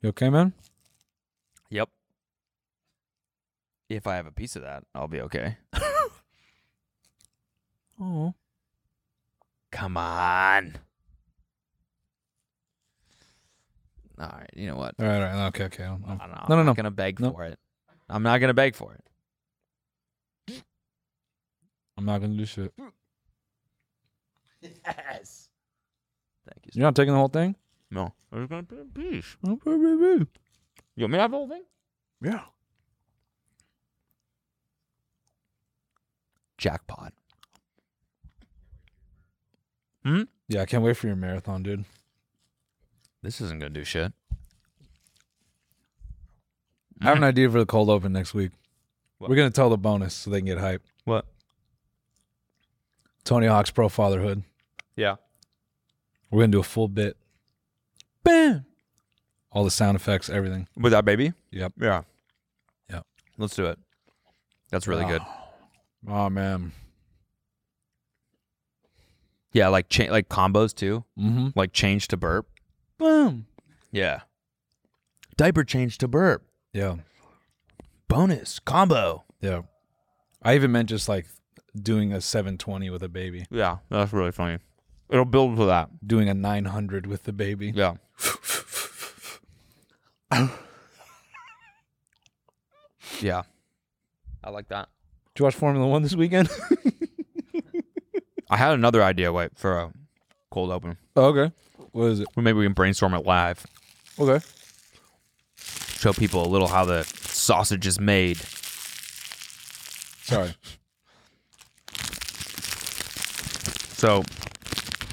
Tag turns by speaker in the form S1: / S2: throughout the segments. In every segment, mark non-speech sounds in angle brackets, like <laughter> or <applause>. S1: You okay, man?
S2: Yep. If I have a piece of that, I'll be okay.
S1: Oh.
S2: Come on. All right. You know what?
S1: All right, all right. Okay, okay. I'm,
S2: No,
S1: I'm-
S2: no, I'm
S1: no,
S2: not
S1: no.
S2: gonna beg
S1: No.
S2: for it. I'm not gonna beg for it.
S1: I'm not going to do shit.
S2: Yes. Thank you.
S1: You're not taking the whole thing?
S2: No. I was gonna put a piece.
S1: Oh, Okay,
S2: You want me to have the whole thing?
S1: Yeah.
S2: Jackpot. Hmm?
S1: Yeah, I can't wait for your marathon, dude.
S2: This isn't gonna do shit.
S1: I have an idea for the cold open next week.
S2: What?
S1: We're going to tell the bonus so they can get hype.
S2: What?
S1: Tony Hawk's Pro Fatherhood.
S2: Yeah.
S1: We're going to do a full bit. Bam! All the sound effects, everything.
S2: With that baby?
S1: Yep.
S2: Yeah.
S1: Yep.
S2: Let's do it. That's really good.
S1: Oh, man.
S2: Yeah, like cha- like combos too.
S1: Mm-hmm.
S2: Like change to burp.
S1: Boom.
S2: Yeah. Diaper change to burp.
S1: Yeah.
S2: Bonus combo.
S1: Yeah. I even meant just like doing a 720 with a baby,
S2: Yeah, that's really funny. It'll build to that.
S1: doing a 900 with the baby.
S2: Yeah. yeah. I like that.
S1: Did you watch Formula One this weekend? <laughs>
S2: I had another idea, wait, for a cold open.
S1: oh, okay. What is it?
S2: Well, maybe we can brainstorm it live.
S1: Okay.
S2: Show people a little how the sausage is made.
S1: Sorry.
S2: So.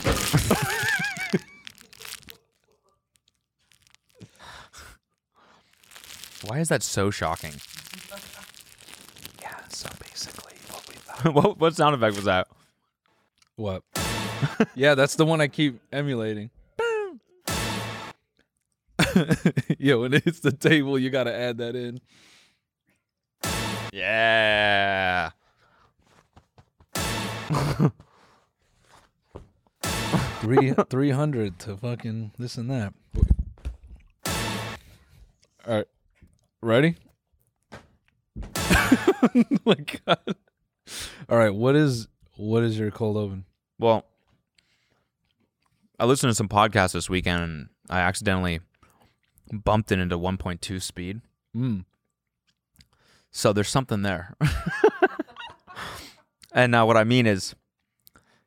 S2: <laughs> Why is that so shocking? Yeah, so basically what we thought. <laughs> what, what sound effect was that?
S1: <laughs> What? <laughs> yeah, that's the one I keep emulating. <laughs> yeah, when it hits the table, you got to add that in.
S2: Yeah.
S1: Three, 300 to fucking this and that. All right. Ready? <laughs> oh my god. All right, what is what is your cold open?
S2: Well, I listened to some podcasts this weekend and I accidentally bumped it into 1.2 speed.
S1: Mm.
S2: So there's something there. <laughs> and now what I mean is,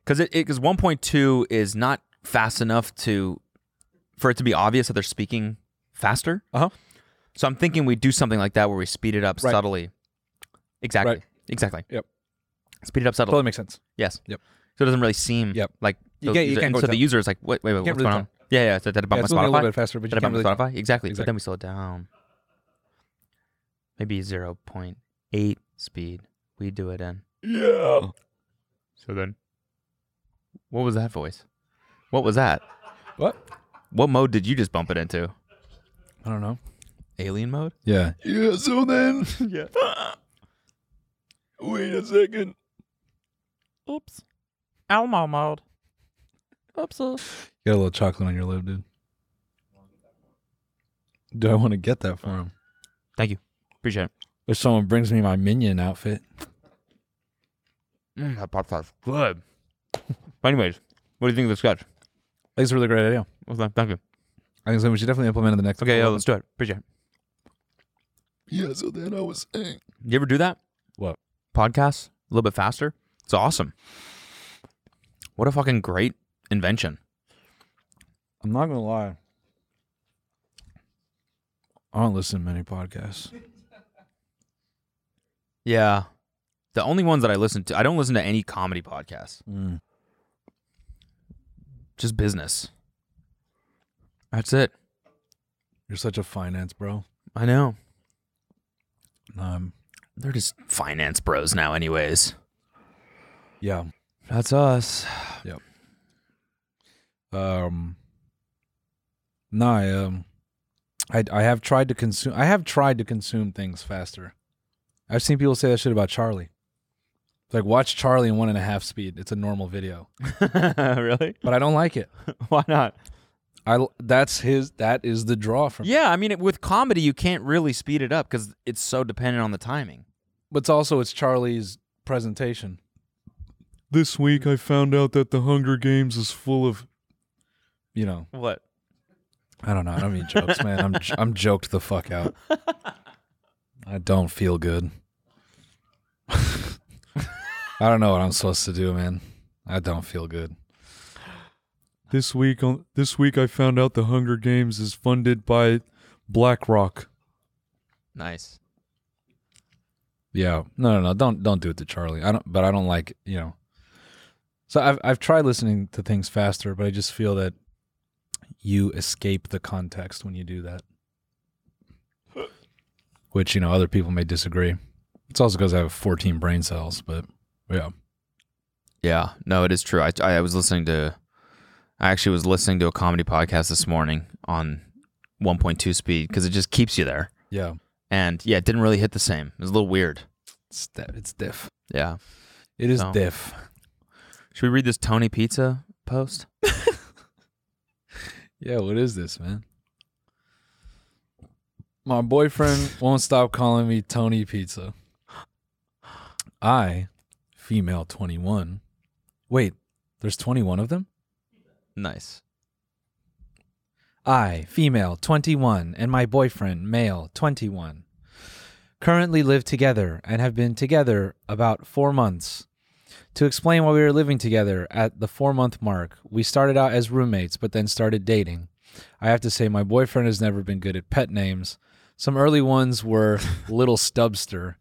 S2: because it because 1.2 is not fast enough to for it to be obvious that they're speaking faster.
S1: Uh-huh.
S2: So I'm thinking we do something like that where we speed it up
S1: Right.
S2: subtly. Exactly.
S1: Right.
S2: Exactly.
S1: Yep.
S2: Speed it up subtly.
S1: Totally makes sense.
S2: Yes.
S1: Yep.
S2: So it doesn't really seem
S1: Yep.
S2: like
S1: You
S2: the
S1: can't- you
S2: user-
S1: can't
S2: and
S1: go
S2: so the
S1: tell.
S2: user is like, wait, wait, wait what's
S1: can't really
S2: going on? Yeah, yeah. Is that about
S1: Yeah,
S2: my
S1: it's only a little
S2: Spotify?
S1: bit faster, but you
S2: Is that about
S1: can't
S2: my
S1: really
S2: Spotify? Exactly. But
S1: Exactly.
S2: then we slow it down. Maybe zero point eight speed. We do it in.
S1: Yeah.
S2: So then what was that voice? What was that?
S1: What?
S2: What mode did you just bump it into?
S1: I don't know.
S2: Alien mode?
S1: Yeah.
S3: Yeah, so
S1: <laughs>
S3: then,
S2: yeah.
S3: wait a second.
S2: Oops. Almo mode. Oops.
S1: Get a little chocolate on your lip, dude. Do I want to get that for him?
S2: Thank you. Appreciate it.
S1: If someone brings me my minion outfit.
S2: Mm, that pop tart's good. <laughs> but anyways, what do you think of the sketch?
S1: I think it's a really great idea.
S2: Well, th- Thank you.
S1: I think so. We should definitely implement it the next
S2: Okay, yeah,
S1: Cold
S2: let's do it. Appreciate it.
S3: Yeah, so then I was saying.
S2: You ever do that?
S1: What?
S2: Podcasts? A little bit faster? It's awesome. What a fucking great invention.
S1: I'm not gonna lie. I don't listen to many podcasts.
S2: Yeah. The only ones that I listen to, I don't listen to any comedy podcasts,
S1: Mm.
S2: just business. That's it.
S1: You're such a finance bro.
S2: I know.
S1: Um,
S2: They're just finance bros now, anyways.
S1: yeah.
S2: That's us.
S1: Um, no, I, um, I I have tried to consume. I have tried to consume things faster. I've seen people say that shit about Charlie. It's like watch Charlie in one and a half speed. It's a normal video,
S2: <laughs> really?
S1: but I don't like it.
S2: Why not?
S1: I l- that's his that is the draw for me.
S2: Yeah, I mean, it, with comedy, you can't really speed it up because it's so dependent on the timing.
S1: But it's also it's Charlie's presentation.
S4: This week I found out that the Hunger Games is full of
S1: You know,
S2: What?
S1: I don't know. I don't mean jokes, man. I'm j- I'm joked the fuck out. I don't feel good. <laughs> I don't know what I'm supposed to do, man. I don't feel good.
S4: this week on this week I found out the Hunger Games is funded by BlackRock.
S2: Nice.
S1: Yeah. No, no, no. Don't don't do it to Charlie. I don't but I don't like, you know. So I've I've tried listening to things faster, but I just feel that you escape the context when you do that. Which, you know, other people may disagree. It's also because I have 14 brain cells, but yeah.
S2: Yeah, no, it is true. I, I was listening to, I actually was listening to a comedy podcast this morning on 1.2 speed because it just keeps you there.
S1: Yeah.
S2: And yeah, it didn't really hit the same. It was a little weird.
S1: It's diff. It's diff.
S2: Yeah.
S1: It is
S2: No.
S1: diff.
S2: Should we read this Tony Pizza post?
S1: <laughs> Yeah, what is this, man? My boyfriend won't stop calling me Tony Pizza. I, female 21. Wait, there's 21 of them?
S2: Nice.
S1: I, female 21, and my boyfriend, male 21. Currently live together and have been together about four months. To explain why we were living together at the four month mark, we started out as roommates but then started dating. I have to say, my boyfriend has never been good at pet names. Some early ones were Little Stubster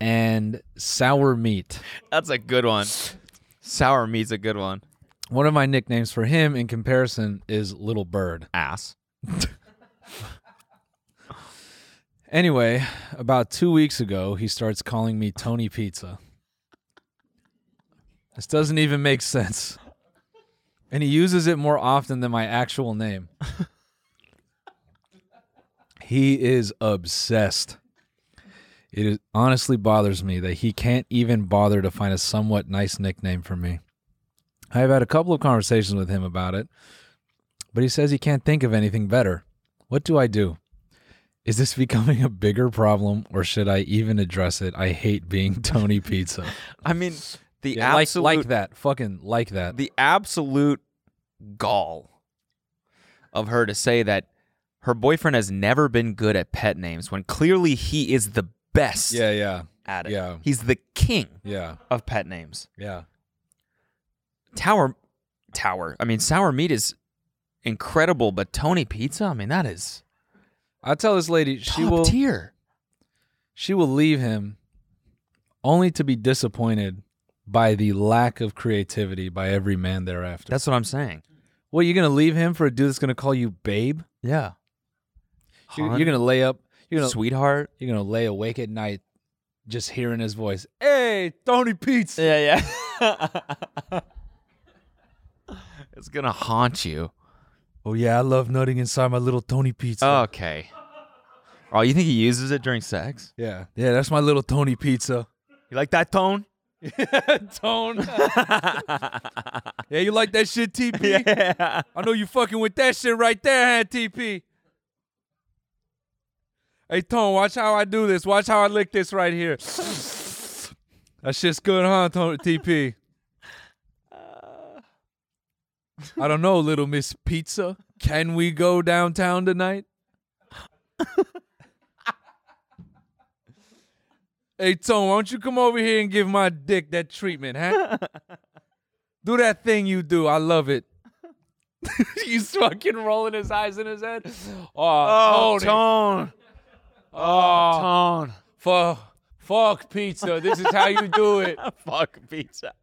S1: and Sour Meat.
S2: That's a good one. Sour meat's a good one.
S1: One of my nicknames for him in comparison is Little Bird.
S2: Ass.
S1: Anyway, about two weeks ago, he starts calling me Tony Pizza. This doesn't even make sense. And he uses it more often than my actual name. he is obsessed. It is, honestly bothers me that he can't even bother to find a somewhat nice nickname for me. I have had a couple of conversations with him about it, but he says he can't think of anything better. What do I do? Is this becoming a bigger problem or should I even address it? I hate being <laughs> Tony Pizza.
S2: I mean, the
S1: Yeah, like,
S2: absolute,
S1: like that. Fucking like that.
S2: the absolute gall of her to say that her boyfriend has never been good at pet names when clearly he is the best
S1: yeah, yeah,
S2: at it.
S1: yeah.
S2: He's the king
S1: yeah,
S2: of pet names.
S1: yeah.
S2: Tower Tower. I mean, sour meat is incredible, but Tony Pizza, I mean, that is
S1: I tell this lady she
S2: top
S1: will
S2: tier.
S1: she will leave him only to be disappointed by the lack of creativity by every man thereafter.
S2: That's what I'm saying.
S1: What you're gonna leave him for a dude that's gonna call you babe?
S2: Yeah.
S1: You're,
S2: Hon,
S1: you're gonna lay up you're gonna
S2: sweetheart.
S1: you're gonna lay awake at night just hearing his voice. Hey, Tony Pizza.
S2: Yeah, yeah. <laughs> it's gonna haunt you.
S1: Oh yeah, I love nutting inside my little Tony Pizza.
S2: Okay. Oh, you think he uses it during sex?
S1: Yeah. <laughs> Yeah, that's my little Tony Pizza.
S2: You like that tone? <laughs>
S1: Tone. <laughs> yeah, you like that shit, TP?
S2: <laughs> Yeah.
S1: I know you fucking with that shit right there, huh, TP? Hey, Tone, watch how I do this. Watch how I lick this right here. That shit's good, huh, Tone, TP?
S2: Uh.
S1: I don't know, little Miss Pizza. Can we go downtown tonight? hey, Tone, why don't you come over here and give my dick that treatment, huh? do that thing you do. I love it. <laughs> He's fucking rolling his eyes in his head. Oh,
S2: Oh,
S1: Tony.
S2: tone.
S1: Oh,
S2: Tone.
S1: fuck, fuck pizza. This is how you do
S2: <laughs>
S1: it.
S2: Fuck pizza.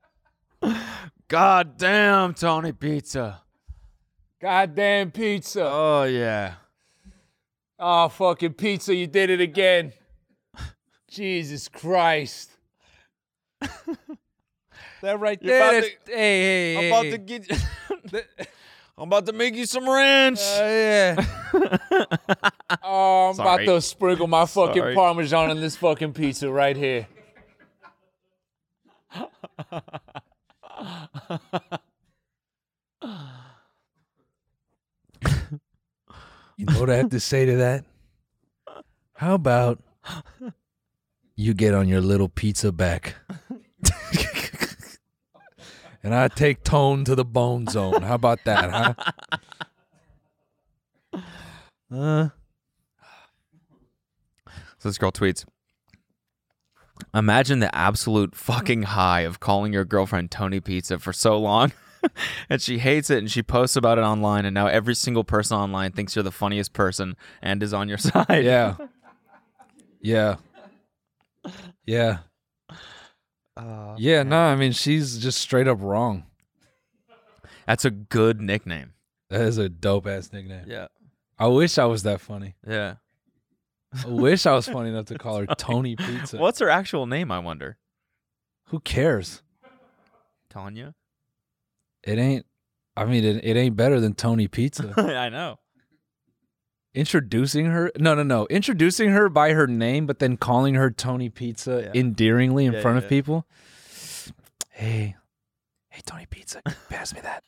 S2: God damn, Tony Pizza.
S1: Goddamn pizza.
S2: Oh, yeah.
S1: Oh, fucking pizza. You did it again. Jesus
S2: <laughs>
S1: Christ. that right
S2: You're
S1: there.
S2: about
S1: that's- hey, hey, hey. hey.
S2: get I'm about to make you some ranch.
S1: Uh, yeah. oh, I'm
S2: Sorry.
S1: about to sprinkle my fucking
S2: Sorry.
S1: parmesan on this fucking pizza right here. You know what I have to say to that? How about you get on your little pizza back <laughs> and I take tone to the bone zone? How about that, huh?
S2: Uh. So this girl tweets Imagine the absolute fucking high of calling your girlfriend Tony Pizza for so long. <laughs> and she hates it and she posts about it online. And now every single person online thinks you're the funniest person and is on your <laughs> side.
S1: Yeah. Yeah. Yeah. yeah, no, I mean, she's just straight up wrong.
S2: That's a good nickname.
S1: That is a dope ass nickname.
S2: Yeah.
S1: I wish I was that funny.
S2: Yeah.
S1: I wish I was funny enough to call her Tony Pizza.
S2: What's her actual name, I wonder?
S1: Who cares?
S2: Tanya? <laughs>
S1: It ain't. I mean, it, it ain't better than Tony Pizza.
S2: I know.
S1: Introducing her? No, no, no. Introducing her by her name, but then calling her Tony Pizza
S2: Yeah.
S1: endearingly in
S2: Yeah,
S1: front
S2: yeah,
S1: of
S2: yeah.
S1: people. Hey, hey, Tony Pizza, can you pass me
S2: <laughs>
S1: that.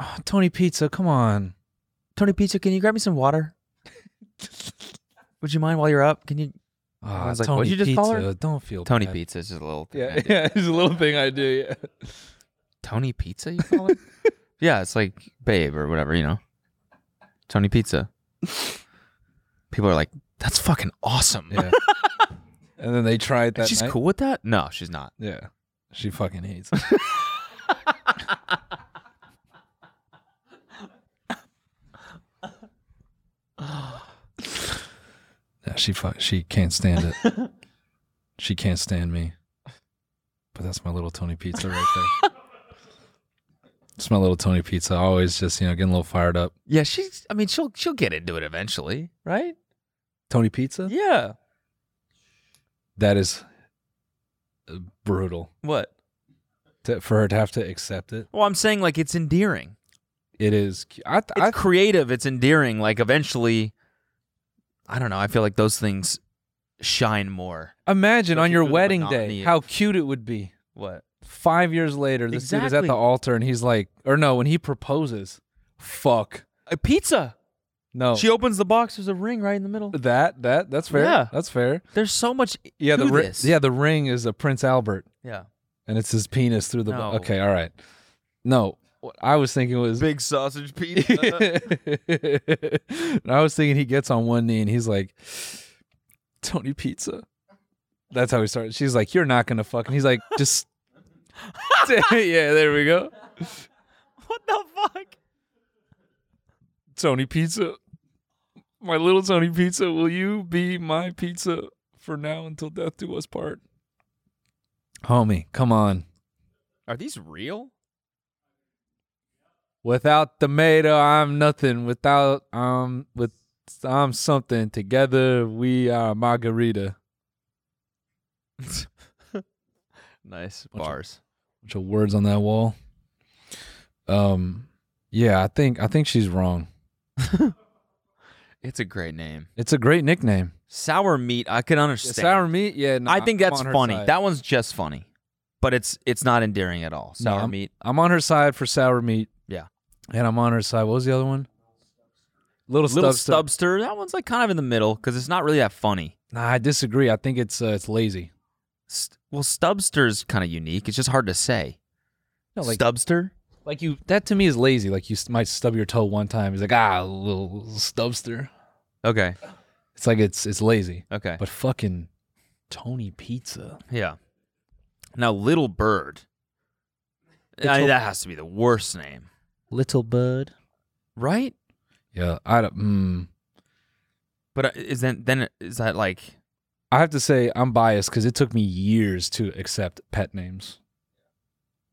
S1: Oh, Tony Pizza, come on.
S2: Tony Pizza, can you grab me some water? Would you mind while you're up? Can you
S1: Oh,
S2: was like,
S1: Tony
S2: what'd you just
S1: Pizza,
S2: call her?
S1: don't feel
S2: Tony
S1: bad.
S2: Pizza is just a little thing I
S1: Yeah, <laughs>
S2: did.
S1: yeah, it's a little thing I do. Yeah.
S2: Tony Pizza, you
S1: <laughs>
S2: call it? yeah, it's like Babe or whatever, you know. Tony Pizza. People are like, that's fucking awesome.
S1: Yeah. and then they try it
S2: And
S1: that
S2: <laughs> she's
S1: night.
S2: cool with that? No, she's not.
S1: Yeah. She fucking hates yeah, she fuck she can't stand it. She can't stand me. But that's my little Tony pizza right there. It's my little Tony pizza. Always just, you know, getting a little fired up.
S2: Yeah, she's I mean, she'll she'll get into it eventually, right?
S1: Tony pizza?
S2: Yeah.
S1: That is uh, brutal.
S2: What?
S1: To, for her to have to accept it.
S2: Well, I'm saying like it's endearing.
S1: It is cu- I,
S2: It's
S1: I
S2: creative, it's endearing. Like eventually I don't know, I feel like those things shine more.
S1: imagine
S2: Go
S1: on your
S2: through the
S1: wedding
S2: monotony
S1: day
S2: of-
S1: how cute it would be.
S2: What?
S1: Five years later, this dude is at
S2: Exactly.
S1: the altar and he's like, or no, when he proposes, fuck.
S2: A pizza.
S1: No.
S2: She opens the box, there's a ring right in the middle.
S1: that, that, that's fair.
S2: Yeah.
S1: That's fair.
S2: There's so much
S1: Yeah, the
S2: to
S1: ri-
S2: this.
S1: yeah, the ring is a Prince Albert
S2: Yeah.
S1: and it's his penis through the. bo-
S2: No.
S1: okay, all right. No, what I was thinking was.
S2: Big sausage
S1: <laughs>
S2: pizza.
S1: I was thinking he gets on one knee and he's like, Tony Pizza. That's how he started. She's like, You're not going to fuck. And he's like, Just. <laughs> yeah, there we go.
S2: <laughs> what the fuck?
S1: Tony Pizza. My little Tony Pizza, will you be my pizza for now until death do us part? Homie, come on.
S2: Are these <laughs> real?
S1: Without tomato, I'm nothing. Without um with I'm something. Together we are margarita.
S2: Nice
S1: Bunch of-
S2: bars.
S1: bunch of words on that wall. Um, yeah, I think I think she's wrong.
S2: It's a great name.
S1: It's a great nickname.
S2: Sour meat, I can understand.
S1: Sour meat, yeah. No,
S2: I think
S1: I'm
S2: that's
S1: on her
S2: funny.
S1: side.
S2: That one's just funny. But it's it's not endearing at all.
S1: No,
S2: Sour
S1: I'm-
S2: meat.
S1: I'm on her side for sour meat.
S2: Yeah.
S1: and I'm on her side. What was the other one? Little,
S2: Little
S1: stub stub.
S2: stubster. That one's like kind of in the middle because it's not really that funny.
S1: Nah, I disagree. I think it's uh, it's lazy.
S2: St- well, stubster's kind of unique. It's just hard to say.
S1: No, like
S2: stubster?
S1: like you. That to me is lazy. Like you s- might stub your toe one time. It's like ah, little stubster.
S2: Okay.
S1: It's like it's it's lazy.
S2: Okay.
S1: But fucking Tony Pizza.
S2: yeah. Now, Little Bird. I mean, that has to be the worst name.
S1: Little bird.
S2: Right?
S1: Yeah, I don't. Mm.
S2: But uh, is then then is that like
S1: I have to say I'm biased because it took me years to accept pet names.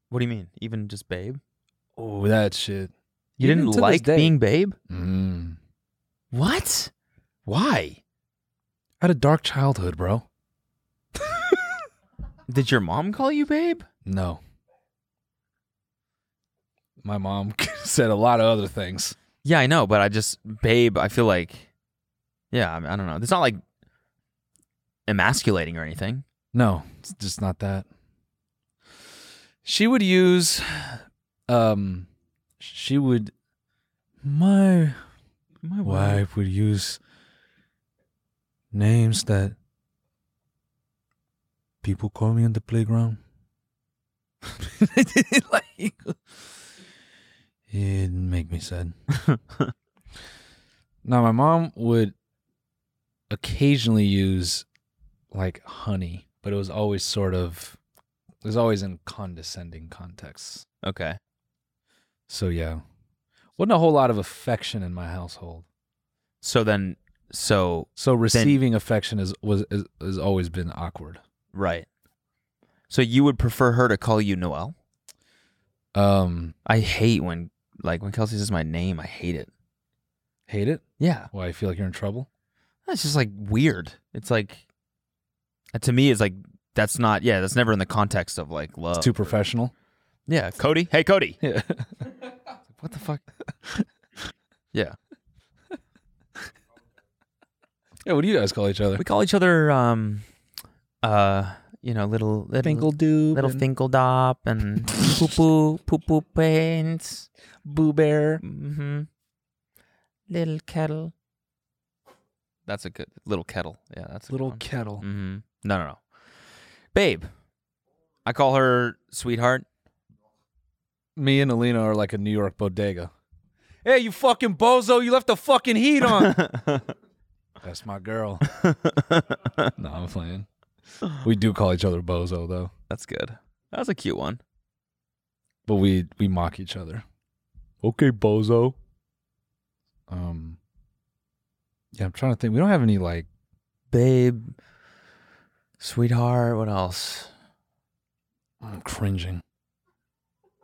S2: what do you mean? Even just Babe?
S1: Oh, that shit.
S2: You
S1: Even
S2: didn't
S1: to this
S2: like
S1: day.
S2: being Babe?
S1: Mm.
S2: What? Why?
S1: I had a dark childhood, bro.
S2: Did your mom call you Babe?
S1: No. My mom <laughs> said a lot of other things.
S2: Yeah, I know, but I just Babe. I feel like, yeah, I, mean, I don't know. It's not like emasculating or anything.
S1: No, it's just not that. She would use um she would my
S2: Oh,
S1: my wife would use names that people call me on the playground like it make me sad now my mom would occasionally use like honey but it was always sort of it was always in condescending contexts
S2: Okay.
S1: so yeah, wasn't a whole lot of affection in my household.
S2: So then, so
S1: So receiving affection is was is, has always been awkward.
S2: right. So you would prefer her to call you Noel?
S1: Um,
S2: I hate when like when Kelsey says my name. I hate it.
S1: hate it.
S2: Yeah,
S1: Why I feel like you're in trouble.
S2: that's just like weird. It's like uh, to me, it's like that's not. Yeah, that's never in the context of like love.
S1: It's too professional.
S2: Yeah, Cody. Hey, Cody.
S1: Oh, <laughs> Yeah.
S2: What
S1: <laughs>
S2: the fuck? yeah,
S1: yeah. What do you guys call each <laughs> other?
S2: we call each other um, uh, you know, little little
S1: doob.
S2: <laughs> little Finkeldop
S1: <laughs>
S2: and poo poo poo poo paints.
S1: Boo bear.
S2: Mm-hmm. Little kettle. That's a good little kettle. Yeah, that's a
S1: Little kettle.
S2: Mm-hmm. No, no, no. Babe. I call her <laughs> sweetheart.
S1: Me and Alina are like a New York bodega. Hey, you fucking bozo! You left the fucking heat on. <laughs> That's my <laughs> girl. no, I'm playing. We do call each other bozo though,
S2: That's good. That was a cute one.
S1: but we we mock each other.
S4: Okay, bozo.
S1: Um, yeah, I'm trying to think. We don't have any like
S2: Babe. Sweetheart. What else?
S1: I'm cringing.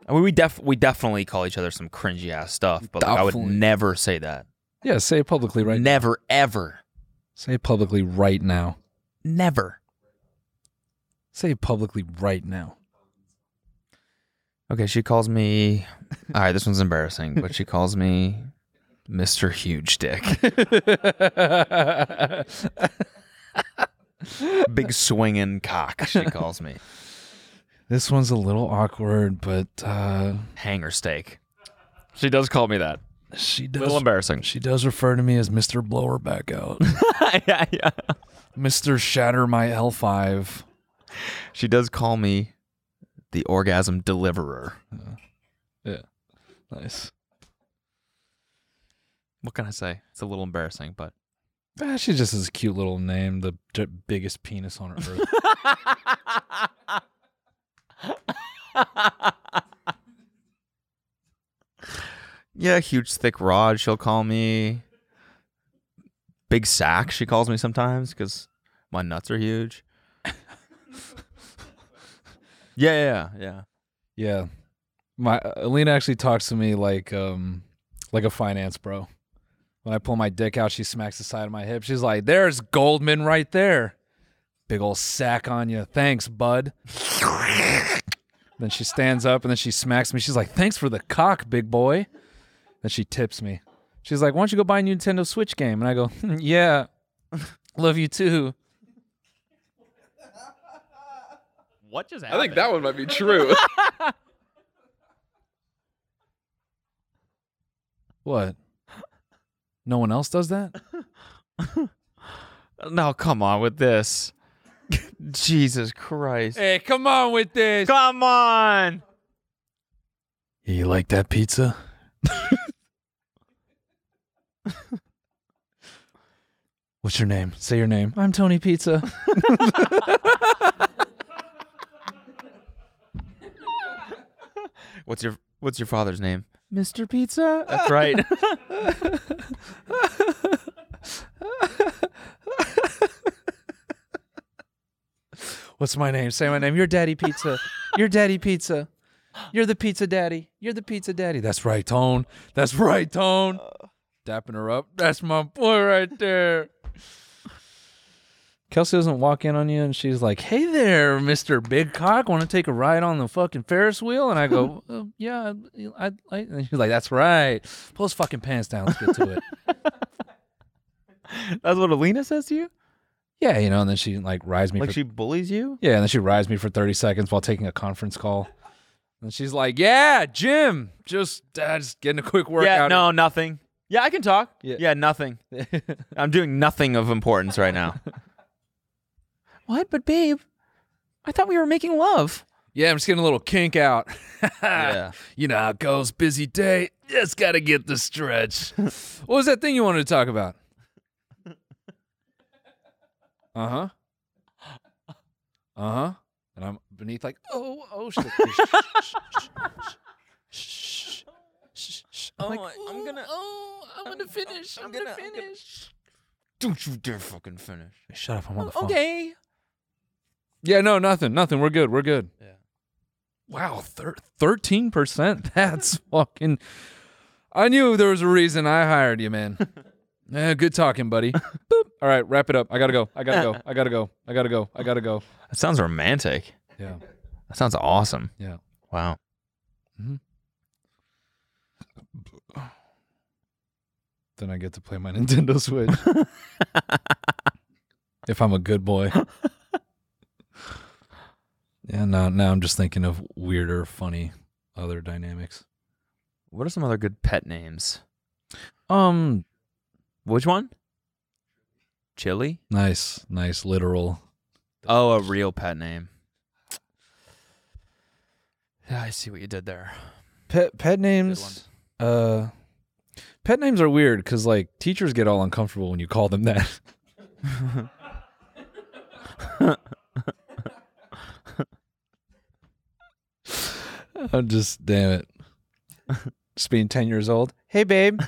S2: I mean, we def we definitely call each other some cringy ass stuff, but like, I would
S1: Definitely.
S2: never say that.
S1: Yeah, say it publicly right.
S2: Never, ever,
S1: say it publicly right now.
S2: never.
S1: Say it publicly right now.
S2: Okay, she calls me. All right, this one's embarrassing, but she calls me Mr. Huge <laughs> Dick. Big swinging cock, she calls me.
S1: this one's a little awkward, but uh,
S2: Hanger steak. She does call me that.
S1: she
S2: A little
S1: does.
S2: embarrassing.
S1: She does refer to me as Mr. Blower Back Out,
S2: <laughs> yeah, yeah.
S1: Mr. Shatter My L5.
S2: She does call me the orgasm deliverer.
S1: Nice.
S2: What can I say? It's a little embarrassing, <laughs> but
S1: Ah, she just has a cute little name, the j- biggest penis on earth.
S2: yeah, huge thick rod. She'll call me big sack. She calls me sometimes because my nuts are <laughs> huge. yeah, yeah, yeah.
S1: Yeah. My Alina actually talks to me like um like a finance bro. When I pull my dick out, she smacks the side of my hip. She's like, "There's Goldman right there. Big old sack on you. Thanks, bud." then she stands up and then she smacks me. She's like, "Thanks for the cock, big boy." Then she tips me. She's like, "Why don't you go buy a Nintendo Switch game?" And I go, "Hmm, "Yeah. <laughs> Love you too."
S2: What just
S3: I
S2: happened?
S3: think that one might be true.
S1: What? No one else does that?
S2: No, come on with this. <laughs> Jesus Christ.
S1: Hey, come on with this.
S2: <laughs> Come on.
S1: You like that <laughs> pizza? What's your name? Say your name. I'm Tony Pizza.
S2: What's your what's your father's name? Mr. Pizza? That's right.
S1: What's my name? Say my name. You're Daddy Pizza. You're Daddy Pizza. You're the pizza daddy. You're the pizza daddy. That's right, Tone. That's right, Tone. Dapping her up. That's my boy right there. Kelsey doesn't walk in on you and she's like, Hey there, Mr. Big Cock. Want to take a ride on the fucking Ferris wheel? And I go, <laughs> uh, Yeah, I, I, I. And she's like, That's right. Pull his fucking pants down. Let's get to <laughs> it.
S2: <laughs> That's what Alina says to you?
S1: yeah, you know, and then she like rides me
S2: Like
S1: for
S2: she bullies you?
S1: Yeah, and then she rides me for 30 seconds while taking a conference call. And she's like, "Yeah, Jim, just uh, just getting a quick
S2: yeah,
S1: workout."
S2: no, nothing. Yeah, I can talk.
S1: Yeah.
S2: Yeah, nothing.
S1: no.
S2: I'm doing nothing of importance right <laughs> now. what? But babe, I thought we were making love.
S1: <laughs> yeah, I'm just getting a little kink out.
S2: <laughs> Yeah.
S1: You know how it goes. Busy day. Just gotta get the <laughs> stretch. what was that thing you wanted to talk about? Uh huh. Uh huh. And I'm beneath, like, oh, oh, shit. I'm like, "Ooh, Oh, I'm gonna finish. I'm, gonna, finish.
S2: Don't you dare fucking finish.
S1: Shut up! I'm on the phone.
S2: Okay.
S1: Yeah, no, nothing, nothing. We're good. We're good. Yeah. Wow, thirteen percent. <laughs> That's fucking. I knew there was a reason I hired you, man. Eh, good talking, buddy. Boop. All right, wrap it up. I gotta go. I gotta go. I gotta go. I gotta go. I gotta go.
S2: That sounds romantic.
S1: Yeah,
S2: That sounds awesome.
S1: yeah.
S2: Wow.
S1: Then I get to play my <laughs> Nintendo Switch. if I'm a good boy. Yeah. Now, now I'm just thinking of weirder, funny, other dynamics.
S2: What are some other good pet names?
S1: Um.
S2: Which one? Chili?
S1: Nice, nice, literal.
S2: Oh, a real pet name. Yeah, I see what you did there.
S1: pet pet names uh pet names are weird because like teachers get all uncomfortable when you call them that <laughs> i'm just damn it just being 10 years old hey babe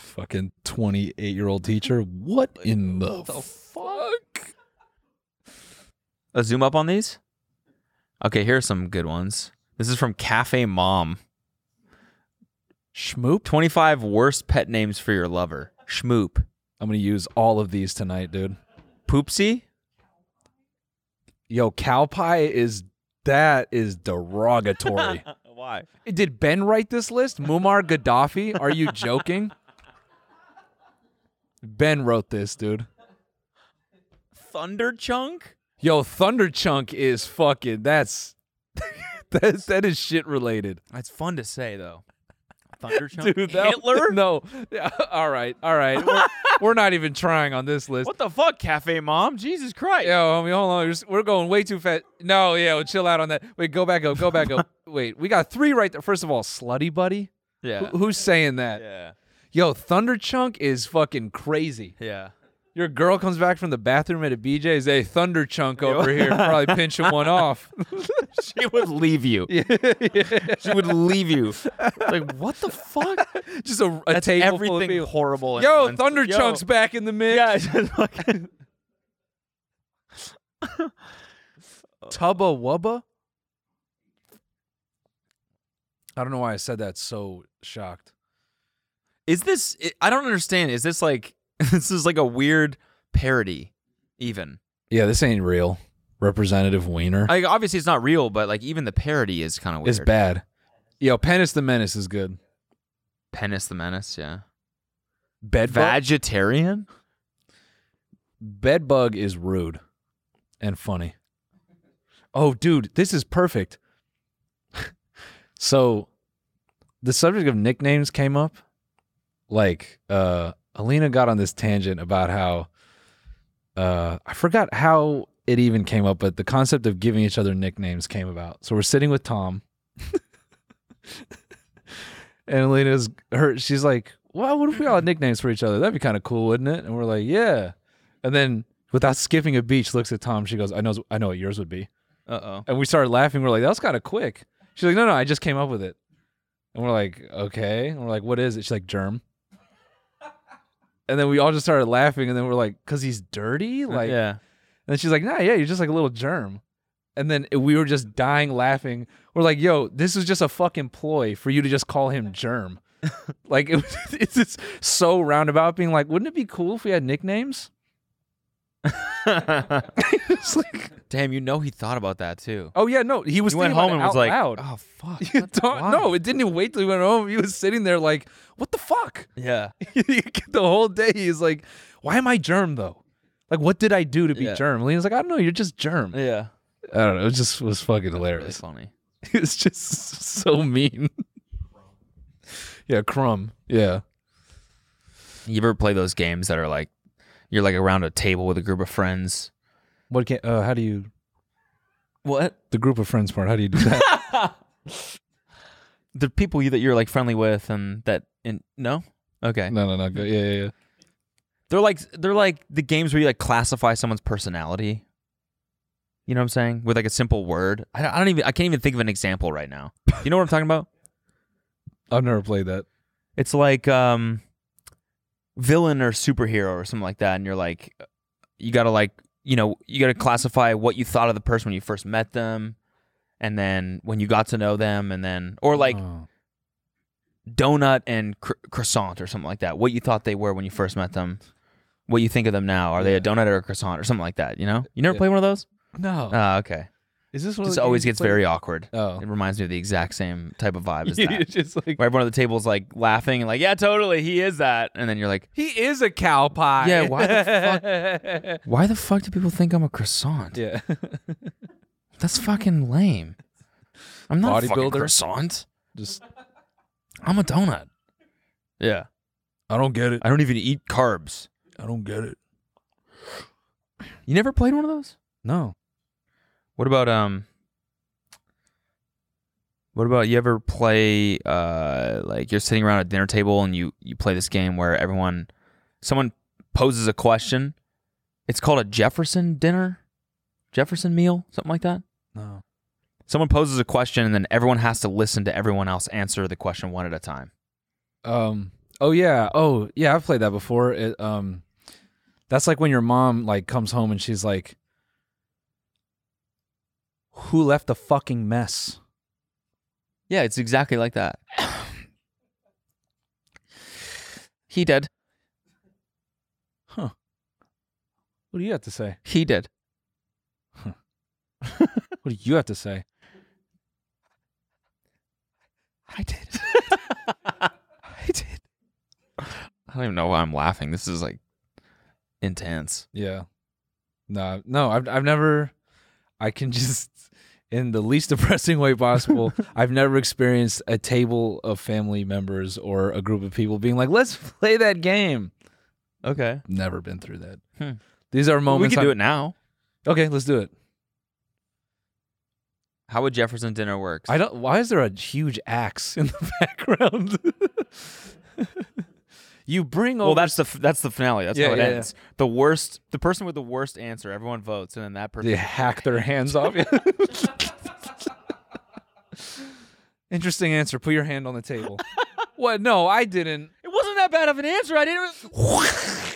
S1: fucking 28 year old teacher what in the, fuck
S2: Let's zoom up on these. Okay, here are some good ones. This is from Cafe Mom.
S1: schmoop
S2: 25 worst pet names for your lover. Schmoop.
S1: i'm gonna use all of these tonight dude
S2: Poopsie?
S1: Yo, cow pie is that is
S2: <laughs>
S1: derogatory.
S2: Uh, Why?
S1: Did Ben write this list? Muammar Gaddafi? Are you joking? ben wrote this, dude.
S2: Thunder Chunk?
S1: Yo, Thunderchunk is fucking that's <laughs> that's that is shit related.
S2: That's fun to say, though. <laughs> Thunder Chunk?
S1: Dude, that-
S2: <laughs>
S1: <laughs>
S2: Hitler?
S1: No. Yeah, all right. All right. We're, we're not even trying on this list.
S2: What the fuck, Cafe Mom? Jesus Christ.
S1: Yo, homie, hold on. We're s- We're going way too fast. No, yeah, well, chill out on that. Wait, go back up. Go back
S2: <laughs>
S1: up. Wait, we got three right there. First of all, slutty buddy.
S2: Yeah.
S1: Who- who's saying that?
S2: Yeah.
S1: Yo, Thunderchunk is fucking crazy.
S2: Yeah.
S1: Your girl comes back from the bathroom at a BJ's. Hey, Thunderchunk over here,
S2: <laughs>
S1: probably pinching one off.
S2: She <laughs> would leave you. She would leave <laughs> you. Like, what the fuck?
S1: Just a, a
S2: That's
S1: table full of
S2: everything
S1: people.
S2: horrible.
S1: Yo,
S2: influence. <laughs>
S1: Thunderchunk's
S2: Yo.
S1: back in the mix.
S2: Yeah, it's <laughs> just fucking-
S1: <laughs> Tubba Wubba. I don't know why I said that. So shocked.
S2: Is this? i- I don't understand. Is this like <laughs> this is like a weird parody? Even
S1: Yeah, this ain't real. Representative Wiener
S2: like obviously it's not real, but like even the parody is kind of weird.
S1: is bad. Yo, Penis the Menace is good.
S2: Penis the Menace, yeah.
S1: Bedbug.
S2: Vegetarian?
S1: Bedbug is rude and funny. Oh, dude, this is perfect. <laughs> so, the subject of nicknames came up. Like, uh, Alina got on this tangent about how uh, I forgot how it even came up, but the concept of giving each other nicknames came about. So we're sitting with Tom, <laughs> and Alina's her. She's like, "Well, what if we all had nicknames for each other? That'd be kind of cool, wouldn't it?" And we're like, "Yeah." And then, without skipping a beat, she looks at Tom. She goes, "I know, I know what yours would be."
S2: Uh oh.
S1: And we started laughing. We're like, "That was kind of quick." She's like, "No, no, I just came up with it." And we're like, "Okay." And we're like, "What is it?" She's like, "Germ." And then we all just started laughing. And then we're like, "Cause he's dirty." Like,
S2: Uh, yeah. <laughs>
S1: and then she's like, nah, yeah, you're just like a little germ. And then we were just dying laughing. We're like, yo, this is just a fucking ploy for you to just call him germ. like, <laughs> it was, it's just so roundabout being like, wouldn't it be cool if we had nicknames? <laughs> It's like,
S2: Damn, you know he thought about that too.
S1: oh, yeah, no. He was
S2: he went
S1: thinking
S2: home and
S1: about
S2: was
S1: it
S2: like,
S1: out loud.
S2: "Oh
S1: <laughs>
S2: fuck." <laughs>
S1: You
S2: what the-
S1: don't-
S2: why?"
S1: no, it didn't even wait till he went home. He was sitting there like, what the fuck? <laughs>
S2: Yeah.
S1: the whole day he's like, why am I germ though? Like, what did I do to be
S2: Yeah.
S1: germ? Lena's like, I don't know. You're just germ.
S2: Yeah.
S1: I don't know. It just was fucking <laughs>
S2: Really
S1: hilarious.
S2: <laughs> funny.
S1: It's just <laughs> so mean. yeah, crumb. Yeah.
S2: You ever play those games that are like you're like around a table with a group of friends?
S1: What can? Uh, how do you?
S2: What?
S1: The group of friends part. How do you do
S2: <laughs>
S1: that?
S2: the people you, that you're like friendly with and that and no? Okay.
S1: no, no, no. Go, yeah, yeah, yeah.
S2: They're like they're like the games where you like classify someone's personality. You know what I'm saying? With like a simple word. I don't, I don't even I can't even think of an example right now. You know what I'm talking about?
S1: I've never played that.
S2: It's like um villain or superhero or something like that and you're like you got to like, you know, you got to classify what you thought of the person when you first met them and then when you got to know them and then or like
S1: Oh.
S2: donut and cr- croissant or something like that. What you thought they were when you first met them, what you think of them now. Are they
S1: Yeah.
S2: a donut or a croissant or something like that? You know, you never
S1: Yeah.
S2: play one of those.
S1: no.
S2: Ah, okay.
S1: Is this one? of
S2: This
S1: the
S2: always
S1: games
S2: gets
S1: you play?
S2: very <laughs> awkward.
S1: Oh.
S2: It reminds me of the exact same type of vibe
S1: <laughs>
S2: as
S1: You're
S2: that.
S1: just like
S2: Where everyone at the table's like laughing and like, yeah, totally, he is that. And then you're like,
S1: he is a cow pie.
S2: Yeah,
S1: <laughs>
S2: why
S1: the
S2: why the fuck do people think I'm a croissant?
S1: yeah. <laughs>
S2: That's fucking lame. I'm not a fucking
S1: Bodybuilder.
S2: croissant.
S1: Just
S2: I'm a donut. Yeah.
S1: I don't get it.
S2: I don't even eat carbs.
S1: I don't get it.
S2: You never played one of those?
S1: No.
S2: What about um? What about you ever play uh like you're sitting around a dinner table and you you play this game where everyone someone poses a question. It's called a Jefferson dinner, Jefferson meal, something like that.
S1: No.
S2: Someone poses a question and then everyone has to listen to everyone else answer the question one at a time.
S1: Um. Oh yeah. Oh yeah. I've played that before. It, um, that's like when your mom like comes home and she's like, "Who left the fucking mess?"
S2: Yeah, it's exactly like that. <coughs> he did.
S1: What do you have to say?
S2: He did.
S1: What do you have to say?
S2: I <laughs> did. I did. I don't even know why I'm laughing. This is like intense.
S1: Yeah. No. No. I've I've never. I can <laughs> just. In the least depressing way <laughs> possible, I've never experienced a table of family members or a group of people being like, "Let's play that game."
S2: Okay.
S1: Never been through that.
S2: Hmm.
S1: These are
S2: we
S1: moments.
S2: can
S1: I'm-
S2: do it now.
S1: Okay, let's do it.
S2: How would Jefferson dinner work?
S1: I don't. Why is there a huge axe in the <laughs> background? you bring over.
S2: well, that's the f- that's the finale. That's
S1: Yeah,
S2: how it
S1: yeah, yeah.
S2: ends. The worst, the person with the worst answer, everyone votes, and then that person.
S1: they hack their hands off. <laughs> Interesting answer. Put your hand on the
S2: <laughs>
S1: table. what? No, I didn't.
S2: It wasn't that bad of an answer. I didn't.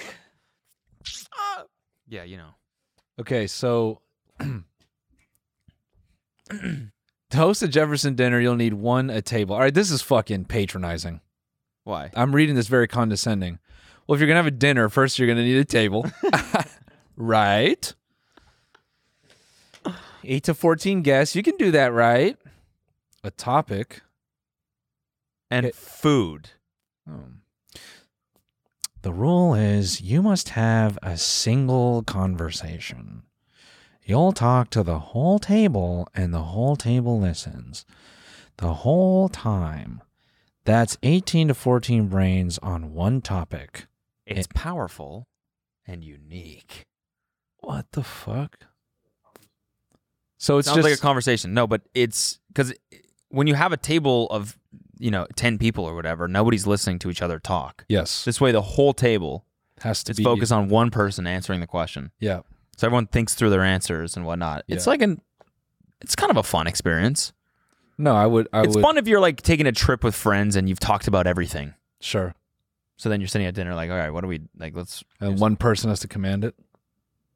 S2: <laughs> Ah. yeah, you know.
S1: Okay, so <clears throat> to host a Jefferson dinner, you'll need one a table. All right, this is fucking patronizing.
S2: Why?
S1: I'm reading this very condescending. Well, if you're gonna have a dinner, first you're gonna need a table, <laughs> right? Eight to fourteen guests, you can do that, right? A topic.
S2: And
S1: It-
S2: food.
S1: Um, the rule is you must have a single conversation. You'll talk to the whole table, and the whole table listens the whole time. That's 18 to 14 brains on one topic.
S2: It's powerful and unique.
S1: What the fuck? So it's
S2: sounds
S1: just
S2: like a conversation. No, but it's because when you have a table of you know ten people or whatever, nobody's listening to each other talk.
S1: yes,
S2: This way, the whole table
S1: has to
S2: is
S1: be
S2: focused on one person answering the question,
S1: Yeah,
S2: so everyone thinks through their answers and whatnot. It's
S1: Yeah.
S2: like an it's kind of a fun experience.
S1: no, I would. I
S2: it's
S1: would.
S2: fun if you're like taking a trip with friends and you've talked about everything.
S1: Sure,
S2: So then you're sitting at dinner, like, all right, what do we like? Let's
S1: and one person has to command it,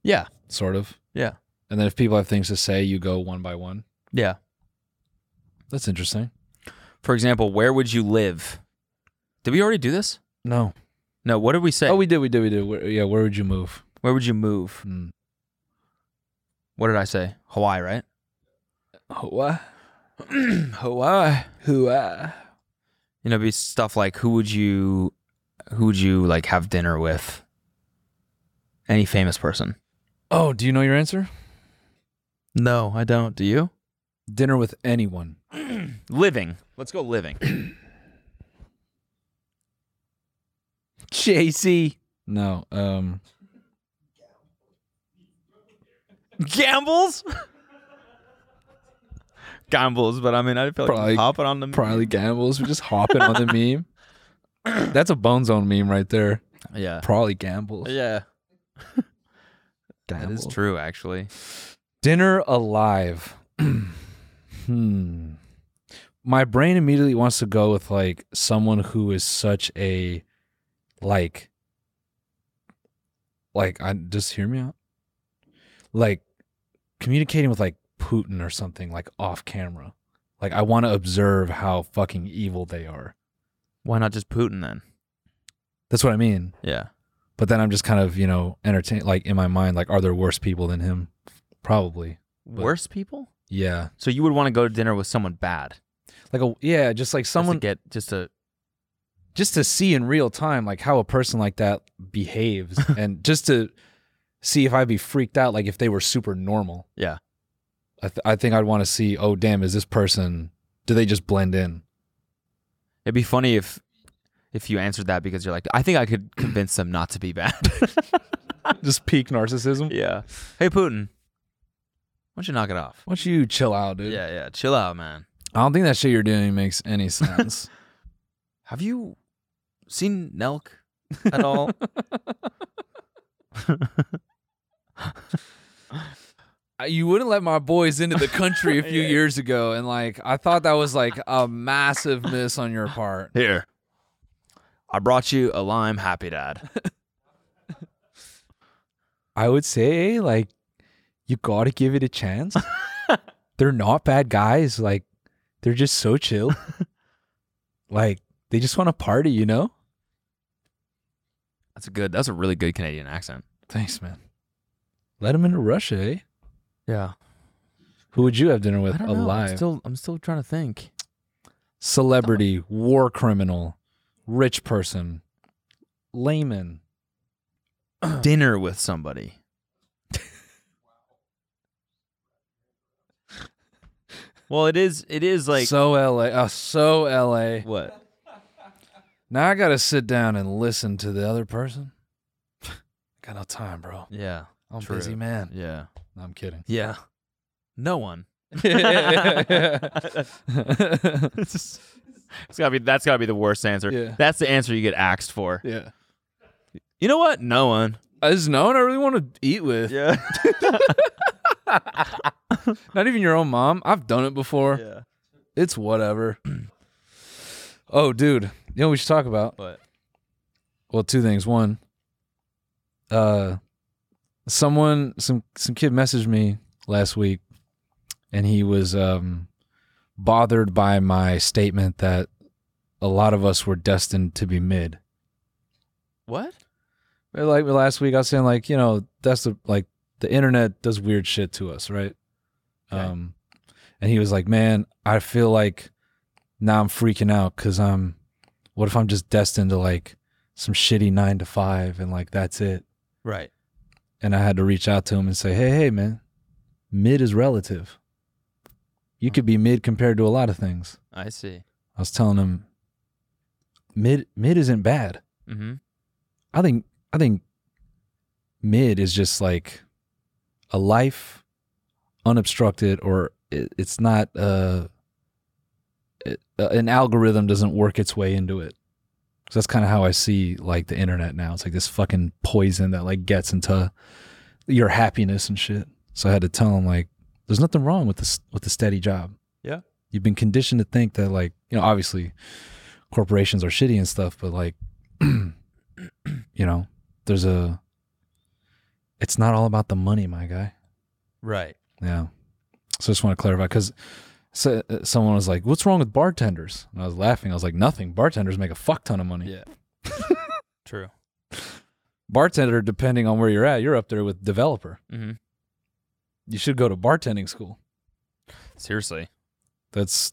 S2: yeah,
S1: sort of.
S2: yeah,
S1: And then if people have things to say, you go one by one.
S2: yeah.
S1: That's interesting.
S2: For example, where would you live? Did we already do this?
S1: No.
S2: No. What did we say?
S1: Oh, we did. We did. We did. Where, yeah. Where would you move?
S2: where would you move?
S1: Hmm.
S2: What did I say? Hawaii, right?
S1: What?
S2: <clears throat> Hawaii.
S1: Who?
S2: You know, be stuff like who would you, who would you like have dinner with? Any famous person?
S1: Oh, do you know your answer?
S2: No, I don't. Do you?
S1: Dinner with anyone.
S2: Living. Let's go living. <clears throat> JC.
S1: No. Um.
S2: Gambles? Gambles, but I mean, I feel like
S1: Probably-
S2: hopping on the.
S1: Probably gambles. We just hopping
S2: <laughs>
S1: on the meme. That's a bone zone meme right there.
S2: Yeah.
S1: Probably gambles.
S2: Yeah. That
S1: Gambles.
S2: is true, actually.
S1: Dinner alive. <clears throat> hmm. My brain immediately wants to go with like someone who is such a like like I just hear me out. Like communicating with like Putin or something like off camera. Like I want to observe how fucking evil they are.
S2: Why not just Putin then?
S1: That's what I mean.
S2: Yeah.
S1: But then I'm just kind of, you know, entertain like in my mind like are there worse people than him? Probably.
S2: Worse people?
S1: Yeah.
S2: So you would want to go to dinner with someone bad.
S1: Like a yeah, just like someone
S2: Someone get just a
S1: just to see in real time like how a person like that <laughs> behaves and just to see if i'd be freaked out like if they were super normal
S2: Yeah.
S1: i, th- I think i'd want to see oh damn is this person do they just blend in
S2: It'd be funny if if you answered that because you're like, I think I could convince them not to be <laughs> bad.
S1: just peak narcissism
S2: yeah. Hey Putin, why don't you knock it off?
S1: why don't you chill out dude
S2: Yeah, yeah. Chill out, man.
S1: i don't think that shit you're doing makes <laughs> any sense
S2: Have you seen Nelk at <laughs> all?
S1: Uh, you wouldn't let my boys into the country a <laughs> few years ago and like i thought that was like a massive miss on your part
S2: Here. I brought you a lime happy <laughs> dad.
S1: I would say like you gotta give it a
S2: <laughs>
S1: chance. they're not bad guys. Like they're just so
S2: <laughs>
S1: chill. like they just want to party, you know?
S2: That's a good that's a really good Canadian accent.
S1: Thanks, man. Let them into Russia, eh?
S2: Yeah.
S1: Who would you have dinner
S2: I
S1: with
S2: don't know. I'm
S1: alive?
S2: still I'm still trying to think.
S1: Celebrity, war criminal, rich person, layman.
S2: dinner with somebody. well, it is. It is like
S1: so LA. Uh, so LA.
S2: what?
S1: Now I gotta sit down and listen to the other person. <sighs> Got no time, bro.
S2: Yeah.
S1: I'm a
S2: True.
S1: busy man.
S2: Yeah.
S1: No, I'm kidding.
S2: Yeah. No one. <laughs>
S1: yeah.
S2: It's, just- it's gotta be. That's gotta be the worst answer.
S1: Yeah.
S2: That's the answer you get axed for. You know what? No one.
S1: There's no one I really want to eat with.
S2: <laughs> Yeah.
S1: Not even your own mom. I've done it before.
S2: yeah.
S1: It's whatever. <clears throat> oh, dude. You know what we should talk about?
S2: But
S1: Well, two things. One, uh someone some some kid messaged me last week and he was um bothered by my statement that a lot of us were destined to be mid.
S2: what?
S1: Like last week, I was saying like you know that's the like the internet does weird shit to us, right?
S2: Okay.
S1: Um, and he was like, "Man, I feel like now I'm freaking out because I'm. What if I'm just destined to like some shitty nine to five and like that's it?"
S2: Right.
S1: And I had to reach out to him and say, "Hey, hey, man, mid is relative. You could be mid compared to a lot of things."
S2: I see.
S1: I was telling him, "Mid mid isn't bad."
S2: Mm-hmm.
S1: I think I think mid is just like a life unobstructed or it, it's not uh it, uh, an algorithm doesn't work its way into it. So that's kind of how I see like the internet now. It's like this fucking poison that like gets into your happiness and shit. So I had to tell him like there's nothing wrong with this with the steady job.
S2: Yeah.
S1: You've been conditioned to think that like, you know, obviously corporations are shitty and stuff, but like <clears throat> you know, there's a. It's not all about the money, my guy.
S2: Right.
S1: Yeah. So I just want to clarify because so, uh, someone was like, "What's wrong with bartenders?" And I was laughing. I was like, "Nothing. Bartenders make a fuck ton of money.
S2: Yeah. <laughs> True.
S1: Bartender, depending on where you're at, you're up there with developer.
S2: Mm-hmm.
S1: You should go to bartending school.
S2: Seriously.
S1: That's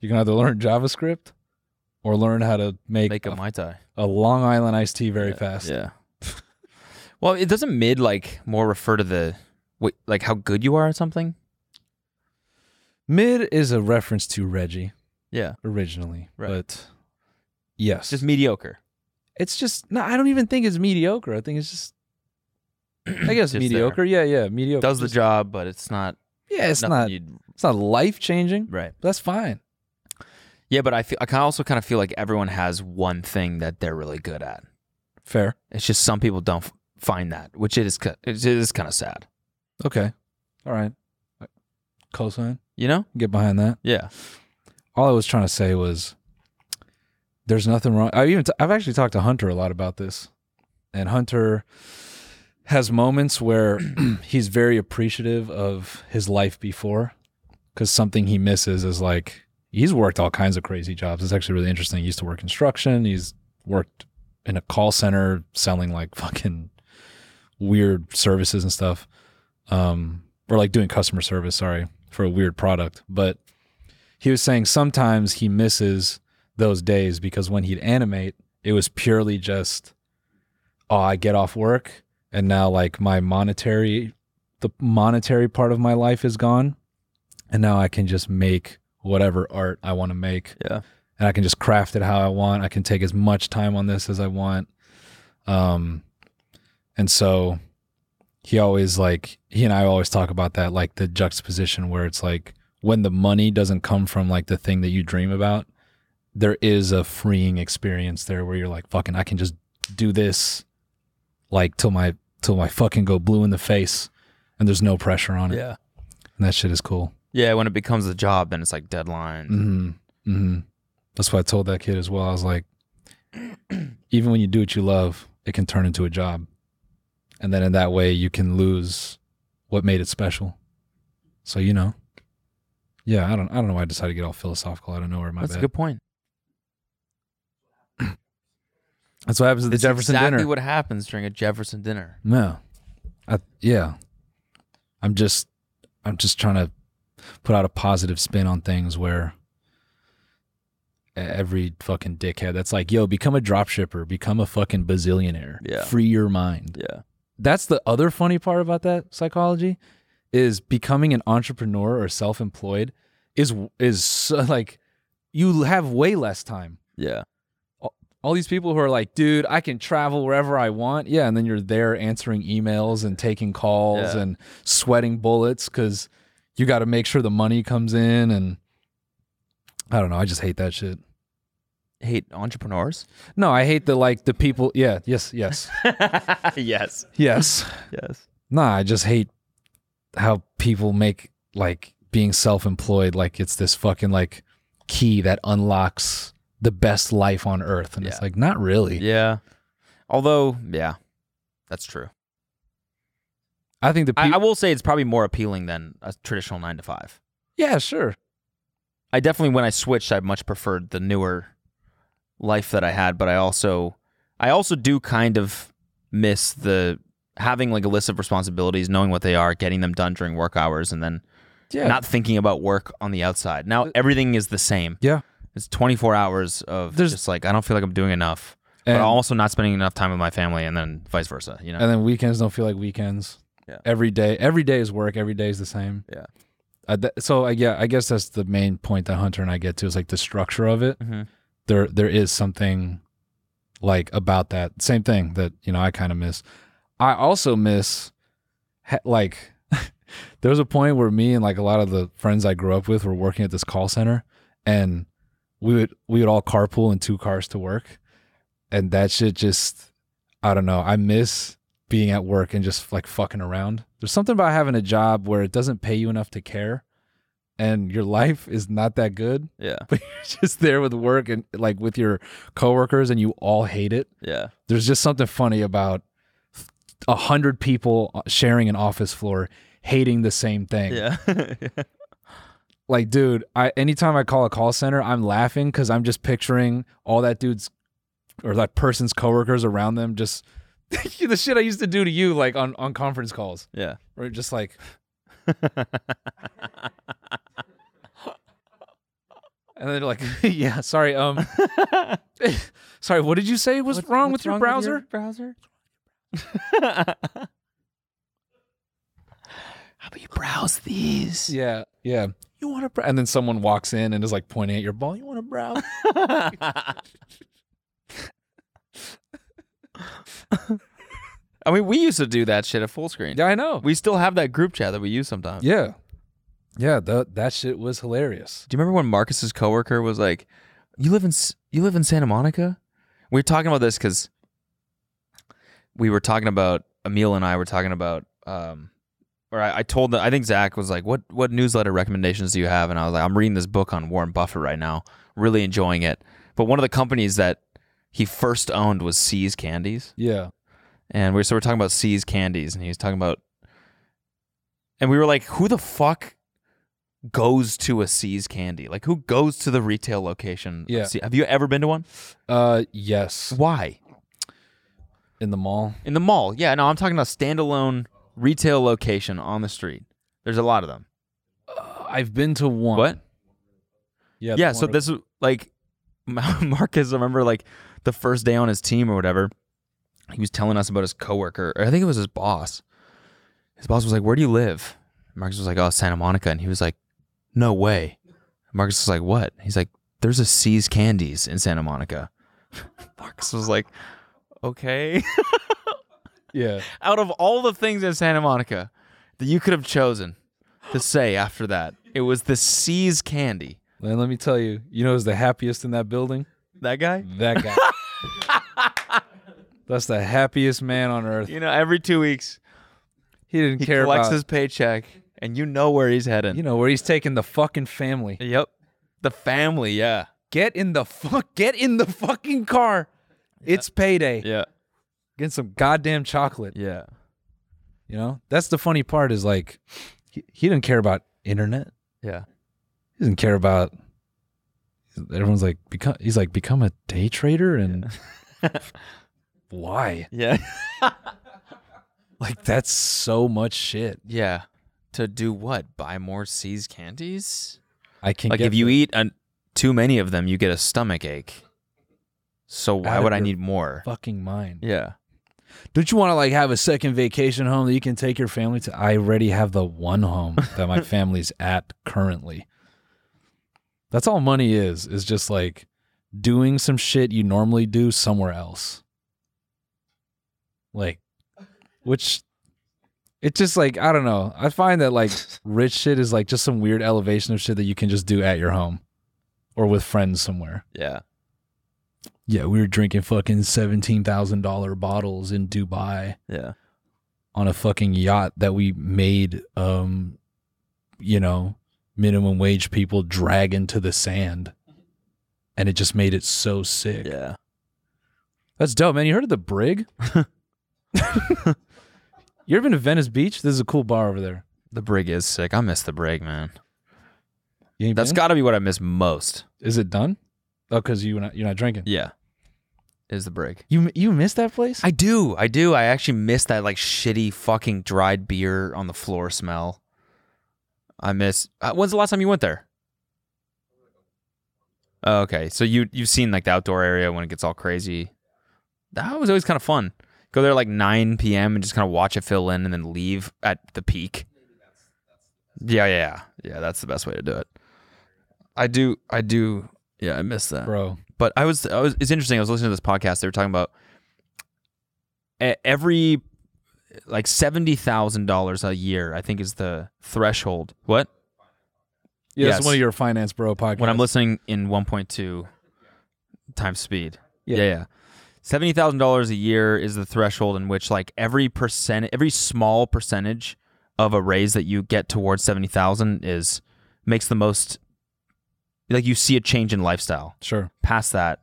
S1: you can either learn JavaScript or learn how to make,
S2: Make a
S1: a,
S2: mai tai.
S1: a Long Island iced tea very
S2: Yeah,
S1: fast.
S2: Yeah. well, it doesn't mid like more refer to the Wait, like how good you are at something?
S1: Mid is a reference to Reggie
S2: Yeah.
S1: originally,
S2: Right.
S1: but yes,
S2: Just mediocre.
S1: it's just no. I don't even think it's mediocre. I think it's
S2: <clears throat>
S1: just I guess
S2: Just there.
S1: mediocre. Yeah, yeah, mediocre.
S2: Does the
S1: Just-
S2: job, but it's not
S1: Yeah, it's
S2: nothing
S1: not.
S2: you'd
S1: It's not life changing.
S2: right.
S1: That's fine.
S2: Yeah, but I feel I kinda also kind of feel like everyone has one thing that they're really good at.
S1: Fair.
S2: It's just some people don't f- find that, which it is ki- it is kind of sad.
S1: Okay. All right. Cosign.
S2: You know?
S1: Get behind that.
S2: Yeah.
S1: all I was trying to say was there's nothing wrong. I even t- I've actually talked to Hunter a lot about this, and Hunter has moments where <clears throat> he's very appreciative of his life before because something he misses is like he's worked all kinds of crazy jobs. It's actually really interesting. He used to work construction. He's worked in a call center selling like fucking weird services and stuff, um, or like doing customer service. Sorry for a weird product, but he was saying sometimes he misses those days because when he'd animate, it was purely just, oh, I get off work and now like my monetary, the monetary part of my life is gone, and now I can just make whatever art I want to make.
S2: Yeah.
S1: and I can just craft it how I want. I can take as much time on this as I want. Um, and so he always like he and I always talk about that like the juxtaposition where it's like when the money doesn't come from like the thing that you dream about, there is a freeing experience there where you're like, fucking, I can just do this like till my till my fucking go blue in the face and there's no pressure on it.
S2: Yeah.
S1: And that shit is cool.
S2: Yeah, when it becomes a job, then it's like deadline.
S1: Mm-hmm. Mm-hmm. That's what I told that kid as well. I was like, <clears throat> even when you do what you love, it can turn into a job. And then in that way you can lose what made it special. So you know. Yeah, I don't I don't know why I decided to get all philosophical out of nowhere, my
S2: That's
S1: bad.
S2: a good point.
S1: That's what happens at the
S2: It's
S1: Jefferson
S2: exactly
S1: dinner.
S2: what happens during a Jefferson dinner.
S1: no. I, yeah. I'm just I'm just trying to put out a positive spin on things where e-, every fucking dickhead that's like, yo, become a dropshipper, become a fucking bazillionaire.
S2: Yeah.
S1: Free your mind.
S2: Yeah.
S1: That's the other funny part about that psychology is becoming an entrepreneur or self-employed is is so, like you have way less time.
S2: Yeah.
S1: All these people who are like, dude, I can travel wherever I want. Yeah, and then you're there answering emails and taking calls
S2: Yeah.
S1: and sweating bullets cuz you got to make sure the money comes in and I don't know, I just hate that shit.
S2: Hate entrepreneurs.
S1: No, I hate the like the people. Yeah, yes,
S2: <laughs>
S1: yes,
S2: yes.
S1: <laughs> yes.
S2: Yes.
S1: Nah, I just hate how people make like being self-employed like it's this fucking like key that unlocks the best life on earth, and it's
S2: Yeah.
S1: like not really.
S2: Yeah. Although, yeah, that's true.
S1: I think the
S2: I,
S1: people.
S2: I will say it's probably more appealing than a traditional nine to five.
S1: yeah, sure.
S2: I definitely, when I switched, I much preferred the newer life that I had, but I also, I also do kind of miss the having like a list of responsibilities, knowing what they are, getting them done during work hours, and then
S1: Yeah,
S2: not thinking about work on the outside. Now
S1: Uh,
S2: everything is the same.
S1: Yeah.
S2: It's 24 hours of
S1: There's-
S2: just like, I don't feel like I'm doing enough,
S1: and,
S2: but also not spending enough time with my family and then vice versa, you know?
S1: and then weekends don't feel like weekends.
S2: Yeah.
S1: Every day, every day is work. Every day is the same.
S2: Yeah.
S1: Uh, th- so I yeah, I guess that's the main point that Hunter and I get to is like the structure of it.
S2: mm-hmm.
S1: there there is something like about that same thing that you know I kind of miss. I also miss ha- like <laughs> there was a point where me and like a lot of the friends I grew up with were working at this call center, and we would we would all carpool in two cars to work, and that shit just I don't know. I miss being at work and just like fucking around. There's something about having a job where it doesn't pay you enough to care, and your <laughs> life is not that good
S2: Yeah.
S1: but you're <laughs> just there with work and like with your coworkers and you all hate it.
S2: Yeah.
S1: There's just something funny about a hundred people uh, sharing an office floor hating the same thing.
S2: Yeah. <laughs>
S1: Like, dude, I anytime I call a call center, I'm laughing because I'm just picturing all that dude's or that person's coworkers around them just <laughs> the shit I used to do to you like on, on conference calls.
S2: yeah.
S1: Or just like and they're like, <laughs> Yeah, sorry, um <laughs> sorry, what did you say was
S2: What's
S1: wrong
S2: what's
S1: with your
S2: <laughs>
S1: browser?
S2: browser? How about you browse these?
S1: Yeah, yeah. You want to, br-? and then someone walks in and is like pointing at your ball. You want to
S2: <laughs>
S1: browse?
S2: I mean, we used to do that shit at full screen.
S1: yeah, I know.
S2: We still have that group chat that we use sometimes.
S1: yeah, yeah. That that shit was hilarious.
S2: Do you remember when Marcus's coworker was like, "You live in S- you live in Santa Monica?" We were talking about this because we were talking about Emil and I were talking about, um, or I, I told that I think Zach was like, "What what newsletter recommendations do you have?" And I was like, "I'm reading this book on Warren Buffett right now, really enjoying it." But one of the companies that he first owned was See's Candies
S1: Yeah,
S2: and we so we're talking about C's candies, and he was talking about, and we were like, who the fuck goes to a C's candy? Like, who goes to the retail location? of
S1: Yeah.
S2: C's? Have you ever been to one?
S1: uh, yes.
S2: Why?
S1: In the mall.
S2: In the mall? Yeah. No, I'm talking about standalone retail location on the street. There's a lot of them.
S1: Uh, I've been to one.
S2: What?
S1: Yeah. the
S2: yeah.
S1: one
S2: So
S1: where-
S2: this was like <laughs> Marcus. I remember like the first day on his team or whatever, he was telling us about his coworker. Or I think it was his boss. His boss was like, "Where do you live?" Marcus was like, "Oh, Santa Monica," and he was like, "No way." Marcus was like, "What?" He's like, "There's a C's Candies in Santa Monica." <laughs> Marcus was like, "Okay." <laughs>
S1: Yeah.
S2: Out of all the things in Santa Monica that you could have chosen to say after that, it was the C's Candy.
S1: And let me tell you, you know who's the happiest in that building?
S2: That guy.
S1: That guy.
S2: <laughs>
S1: That's the happiest man on earth.
S2: You know, every two weeks
S1: He didn't
S2: he
S1: care
S2: collects
S1: about
S2: his paycheck, and you know where he's heading.
S1: you know where he's taking the fucking family.
S2: yep, the family. Yeah,
S1: Get in the fuck. Get in the fucking car. It's payday.
S2: yeah,
S1: Get some goddamn chocolate.
S2: yeah.
S1: You know, that's the funny part is like, he, he didn't care about internet.
S2: Yeah.
S1: He doesn't care about. Everyone's like, become. He's like, become a day trader and <laughs> why?
S2: Yeah, <laughs>
S1: Like that's so much shit.
S2: yeah. To do what? Buy more C's candies?
S1: I can
S2: Like
S1: get
S2: if you eat an, too many of them, you get a stomach ache. So why
S1: Out of
S2: would I
S1: your
S2: need more?
S1: fucking mind.
S2: Yeah,
S1: Don't you want to like have a second vacation home that you can take your family to? I already have the one home that <laughs> my family's at currently. That's all money is, is just like doing some shit you normally do somewhere else. Like, which it's just like, I don't know. I find that <laughs> like rich shit is like just some weird elevation of shit that you can just do at your home or with friends somewhere.
S2: yeah,
S1: Yeah, we were drinking fucking $17,000 bottles in Dubai
S2: yeah,
S1: on a fucking yacht that we made um you know minimum wage people drag into the sand and it just made it so sick
S2: yeah.
S1: that's dope man you heard of the brig
S2: <laughs>
S1: you ever been to venice beach this is a cool bar over there
S2: The brig is sick. I miss the brig, man.
S1: you ain't
S2: That's
S1: been?
S2: got to be what I miss most.
S1: is it done oh because you were not, you're not drinking
S2: Yeah, is the brig.
S1: you you miss that place
S2: I do. I do. I actually miss that like shitty fucking dried beer on the floor smell. I miss. Uh, when's the last time you went there? Oh, okay, so you you've seen like the outdoor area when it gets all crazy. That was always kind of fun. Go there like 9 p.m. and just kind of watch it fill in and then leave at the peak. Yeah, yeah, yeah. Yeah, That's the best way to do it. I do. I do. Yeah, I miss that.
S1: bro
S2: But I was, I was. It's interesting. I was listening to this podcast. They were talking about e- every like seventy thousand dollars a year. I think is the threshold. What
S1: yeah
S2: Yes.
S1: it's one of your finance bro podcasts
S2: when I'm listening in one point two times speed.
S1: Yeah.
S2: Yeah, yeah. Seventy thousand dollars a year is the threshold in which like every percent, every small percentage of a raise that you get towards seventy thousand is makes the most. Like you see a change in lifestyle
S1: sure
S2: past that,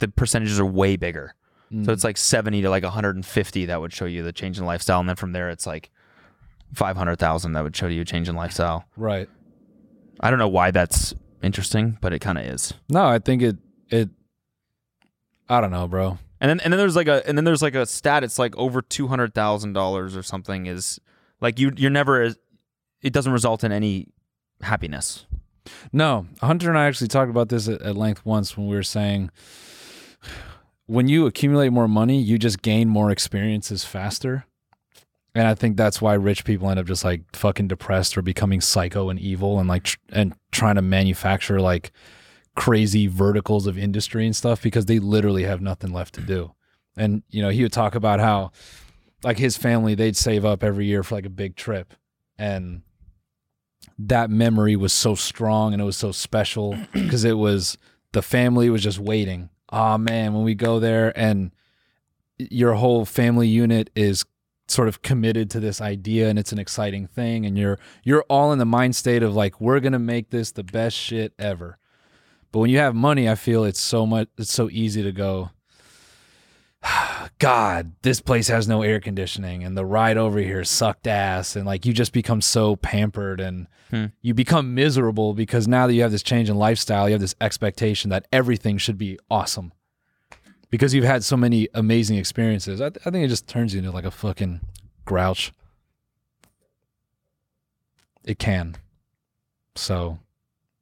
S2: the percentages are way bigger.
S1: Mm.
S2: So it's like 70 to like 150 that would show you the change in lifestyle. And then from there, it's like 500,000 that would show you a change in lifestyle.
S1: right
S2: I don't know why that's interesting, but it kind of is.
S1: no i think it it i don't know bro
S2: And then, and then there's like a, and then there's like a stat. It's like over $200,000 or something is like you, you're never, as- it doesn't result in any happiness.
S1: No, Hunter and I actually talked about this at, at length once when we were saying when you accumulate more money, you just gain more experiences faster. And I think that's why rich people end up just like fucking depressed or becoming psycho and evil and like tr- and trying to manufacture like crazy verticals of industry and stuff because they literally have nothing left to do. And you know, he would talk about how like his family they'd save up every year for like a big trip and that memory was so strong and it was so special <clears throat> because it was the family was just waiting. Oh man, when we go there and your whole family unit is sort of committed to this idea and it's an exciting thing and you're you're all in the mind state of like we're going to make this the best shit ever. But when you have money, I feel it's so much it's so easy to go <sighs> god, this place has no air conditioning and the ride over here sucked ass and like you just become so pampered and
S2: Hmm.
S1: you become miserable because now that you have this change in lifestyle, you have this expectation that everything should be awesome because you've had so many amazing experiences. I, th- I think it just turns you into like a fucking grouch. It can. So,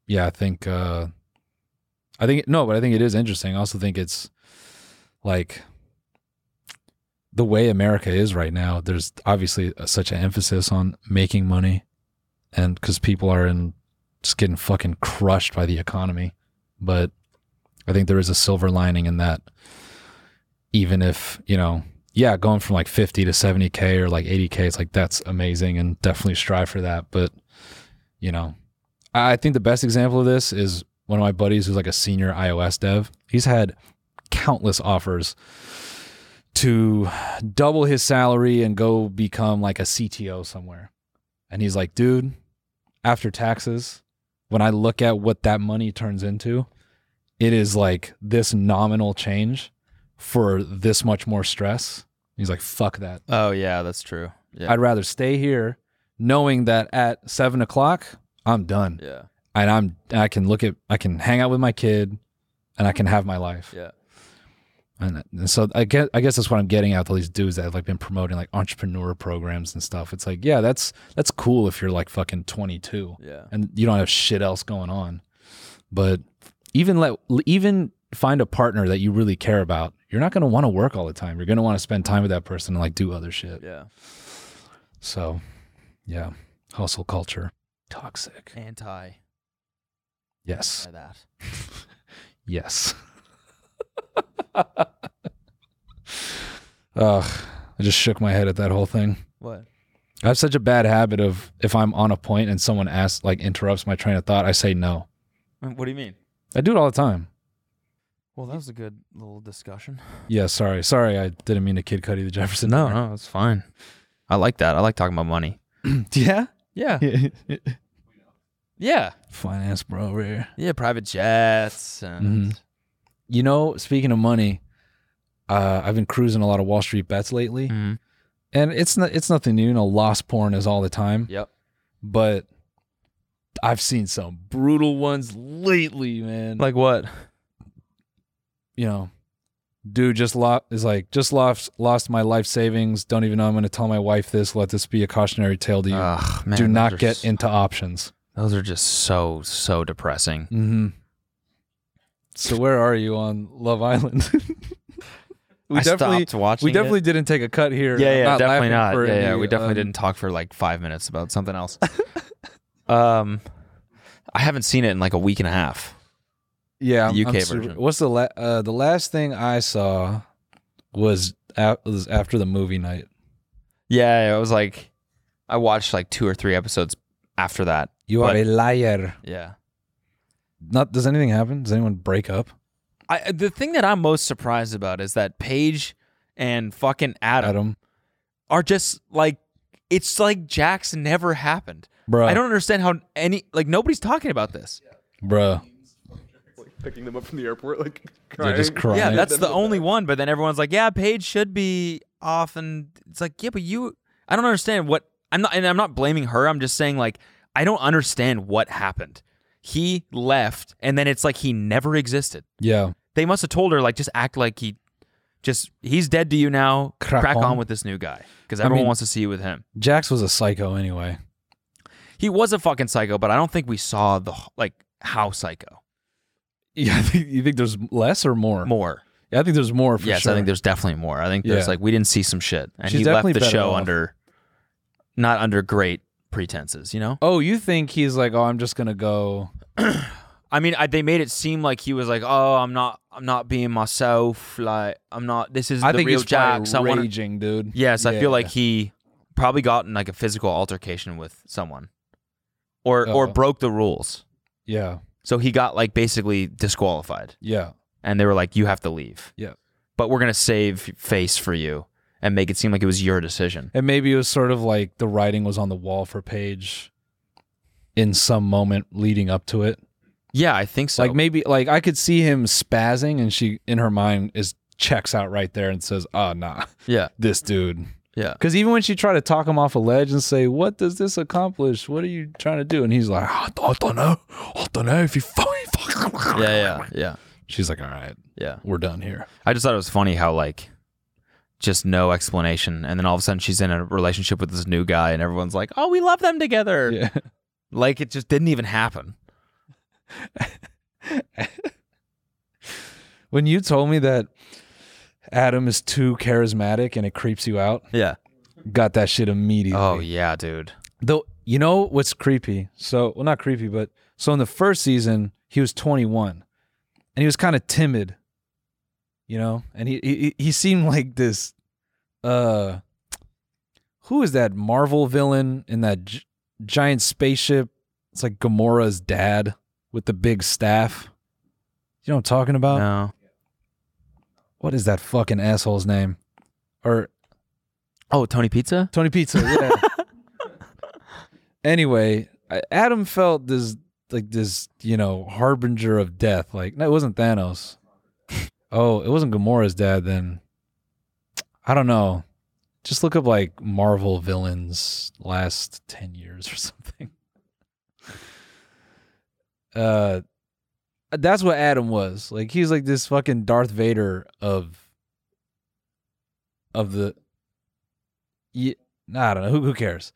S1: yeah, I think, uh, I think, no, but I think it is interesting. I also think it's like the way America is right now. There's obviously such an emphasis on making money and because people are in just getting fucking crushed by the economy. But I think there is a silver lining in that. Even if, you know, yeah, going from like 50 to 70K or like 80K, it's like that's amazing and definitely strive for that. But, you know, I I think the best example of this is one of my buddies who's like a senior iOS dev. He's had countless offers to double his salary and go become like a CTO somewhere. And he's like, dude, after taxes, when I look at what that money turns into, it is like this nominal change for this much more stress. He's like, fuck that.
S2: Oh yeah, that's true. Yeah.
S1: I'd rather stay here knowing that at seven o'clock, I'm done
S2: yeah.
S1: and I'm I can look at I can hang out with my kid, and I can have my life.
S2: Yeah.
S1: And, and so I guess I guess that's what I'm getting at. with All these dudes that have like been promoting like entrepreneur programs and stuff. It's like yeah, that's that's cool if you're like fucking 22
S2: Yeah.
S1: and you don't have shit else going on. But even let even find a partner that you really care about. You're not going to want to work all the time. You're going to want to spend time with that person and like do other shit.
S2: Yeah.
S1: So, yeah, hustle culture toxic.
S2: Anti
S1: Yes.
S2: that.
S1: Yes. Ugh, I just shook my head at that whole thing.
S2: What?
S1: I have such a bad habit of if I'm on a point and someone asks, like interrupts my train of thought, I say no.
S2: What do you mean?
S1: I do it all the time.
S2: Well, that was a good little discussion.
S1: Yeah, sorry, sorry, I didn't mean to kid Cuddy the Jefferson.
S2: No, no, that's fine. I like that. I like talking about money.
S1: yeah,
S2: Yeah. Yeah.
S1: <laughs> finance bro over here.
S2: Yeah. Private jets and
S1: You know, speaking of money, uh, I've been cruising a lot of Wall Street bets lately,
S2: Mhm.
S1: and it's not, it's nothing new. You know, loss porn is all the time.
S2: Yep.
S1: but I've seen some brutal ones lately, man. Like
S2: Like what?
S1: you know, dude just lost is like just lost lost my life savings. Don't even know I'm going to tell my wife this. Let this be a cautionary tale to you.
S2: Ugh, man,
S1: Do
S2: those
S1: not
S2: are
S1: get
S2: s-
S1: into options.
S2: Those are just so so depressing.
S1: Mm-hmm. So where are you on Love Island? <laughs> we
S2: I
S1: definitely
S2: stopped watching.
S1: we
S2: it.
S1: definitely didn't take a cut here.
S2: Yeah, yeah,
S1: I'm
S2: definitely
S1: laughing
S2: not.
S1: for
S2: Yeah, yeah,
S1: any,
S2: we definitely
S1: um,
S2: didn't talk for like five minutes about something <laughs> else. um, I haven't seen it in like a week and a half.
S1: Yeah,
S2: The UK
S1: super-
S2: version.
S1: what's the la- uh, the last thing I saw was a- was after the movie night.
S2: Yeah, it was like I watched like two or three episodes after that.
S1: You
S2: But-
S1: are a liar.
S2: Yeah.
S1: Not does anything happen? Does anyone break up?
S2: I the thing that I'm most surprised about is that Paige and fucking Adam,
S1: Adam,
S2: are just like it's like Jack's never happened.
S1: bruh,
S2: I don't understand how any like nobody's talking about this.
S1: bruh,
S3: Picking them up from the airport, like
S1: they're just crying.
S2: Yeah, that's the only one. But then everyone's like, "Yeah, Paige should be off," and it's like, "Yeah, but you." I don't understand what I'm not, and I'm not blaming her. I'm just saying like I don't understand what happened. He left, and then it's like he never existed.
S1: yeah,
S2: They must have told her like just act like he, just he's dead to you now.
S1: Crack
S2: Crack, on.
S1: on.
S2: with this new guy because everyone
S1: mean-
S2: wants to see you with him.
S1: Jax was a psycho anyway. <laughs>
S2: He was a fucking psycho, but I don't think we saw the wh- like how psycho
S1: Yeah, I think, you think there's less or more?
S2: more.
S1: Yeah, I think there's more for
S2: yes,
S1: sure.
S2: I think there's definitely more. I think
S1: Yeah.
S2: there's like we didn't see some shit, and
S1: She's
S2: he left
S1: definitely
S2: the
S1: better
S2: show
S1: off.
S2: under not under great pretenses, you know?
S1: Oh, you think he's like, oh, I'm just gonna go.
S2: I mean, I, they made it seem like he was like, "Oh, I'm not, I'm not being myself. Like, I'm not. This is
S1: I
S2: the
S1: think
S2: real
S1: he's probably
S2: Jax. I wanna-"
S1: raging, dude.
S2: Yes, I
S1: Yeah.
S2: feel like he probably got in like a physical altercation with someone, or or
S1: Uh-oh.
S2: broke the rules.
S1: Yeah,
S2: So he got like basically disqualified,
S1: yeah,
S2: and they were like, "You have to leave."
S1: Yeah.
S2: But we're gonna save face for you and make it seem like it was your decision.
S1: and maybe it was sort of like the writing was on the wall for Paige in some moment leading up to it.
S2: Yeah, I think so.
S1: Like maybe, like I could see him spazzing, and she in her mind is checks out right there and says, "Ah, nah,
S2: yeah,
S1: this dude."
S2: yeah.
S1: Because even when she tried to talk him off a ledge and say, "What does this accomplish? What are you trying to do?" and he's like, "I don't- I don't know, I don't know if you fucking."
S2: Yeah, yeah, yeah,
S1: She's like, "All right,
S2: yeah.
S1: we're done here."
S2: I just thought it was funny how like just no explanation, and then all of a sudden she's in a relationship with this new guy, and everyone's like, "Oh, we love them <laughs> together."
S1: Yeah.
S2: Like it just didn't even happen.
S1: When you told me that Adam is too charismatic and it creeps you out,
S2: Yeah.
S1: got that shit immediately.
S2: Oh yeah, dude.
S1: Though you know what's creepy? So well not creepy, but so in the first season, he was twenty one and he was kind of timid. You know? And he he he seemed like this uh who is that Marvel villain in that gi- giant spaceship? It's like Gamora's dad with the big staff. You know what I'm talking about?
S2: No.
S1: what is that fucking asshole's name? Or
S2: Oh, Tony Pizza.
S1: Tony Pizza, yeah. anyway, I- Adam felt this like this, you know, harbinger of death. Like no, it wasn't Thanos. oh, it wasn't Gamora's dad then. I don't know. Just look up like Marvel villains last ten years or something. <laughs> Uh that's what Adam was. Like he's like this fucking Darth Vader of of the yeah, I don't know. Who, who cares?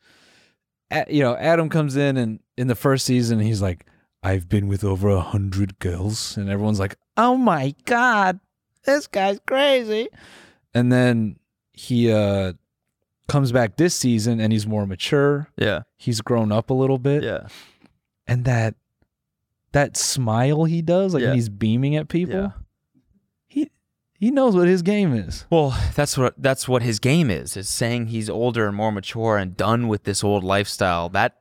S1: A- you know, Adam comes in and in the first season, he's like, I've been with over a hundred girls. And everyone's like, oh my God, this guy's crazy. And then he uh, comes back this season and he's more mature.
S2: Yeah.
S1: He's grown up a little bit.
S2: Yeah.
S1: And that that smile he does, like
S2: Yeah.
S1: when he's beaming at people,
S2: Yeah.
S1: he he knows what his game is.
S2: Well, that's what that's what his game is. Is saying he's older and more mature and done with this old lifestyle. That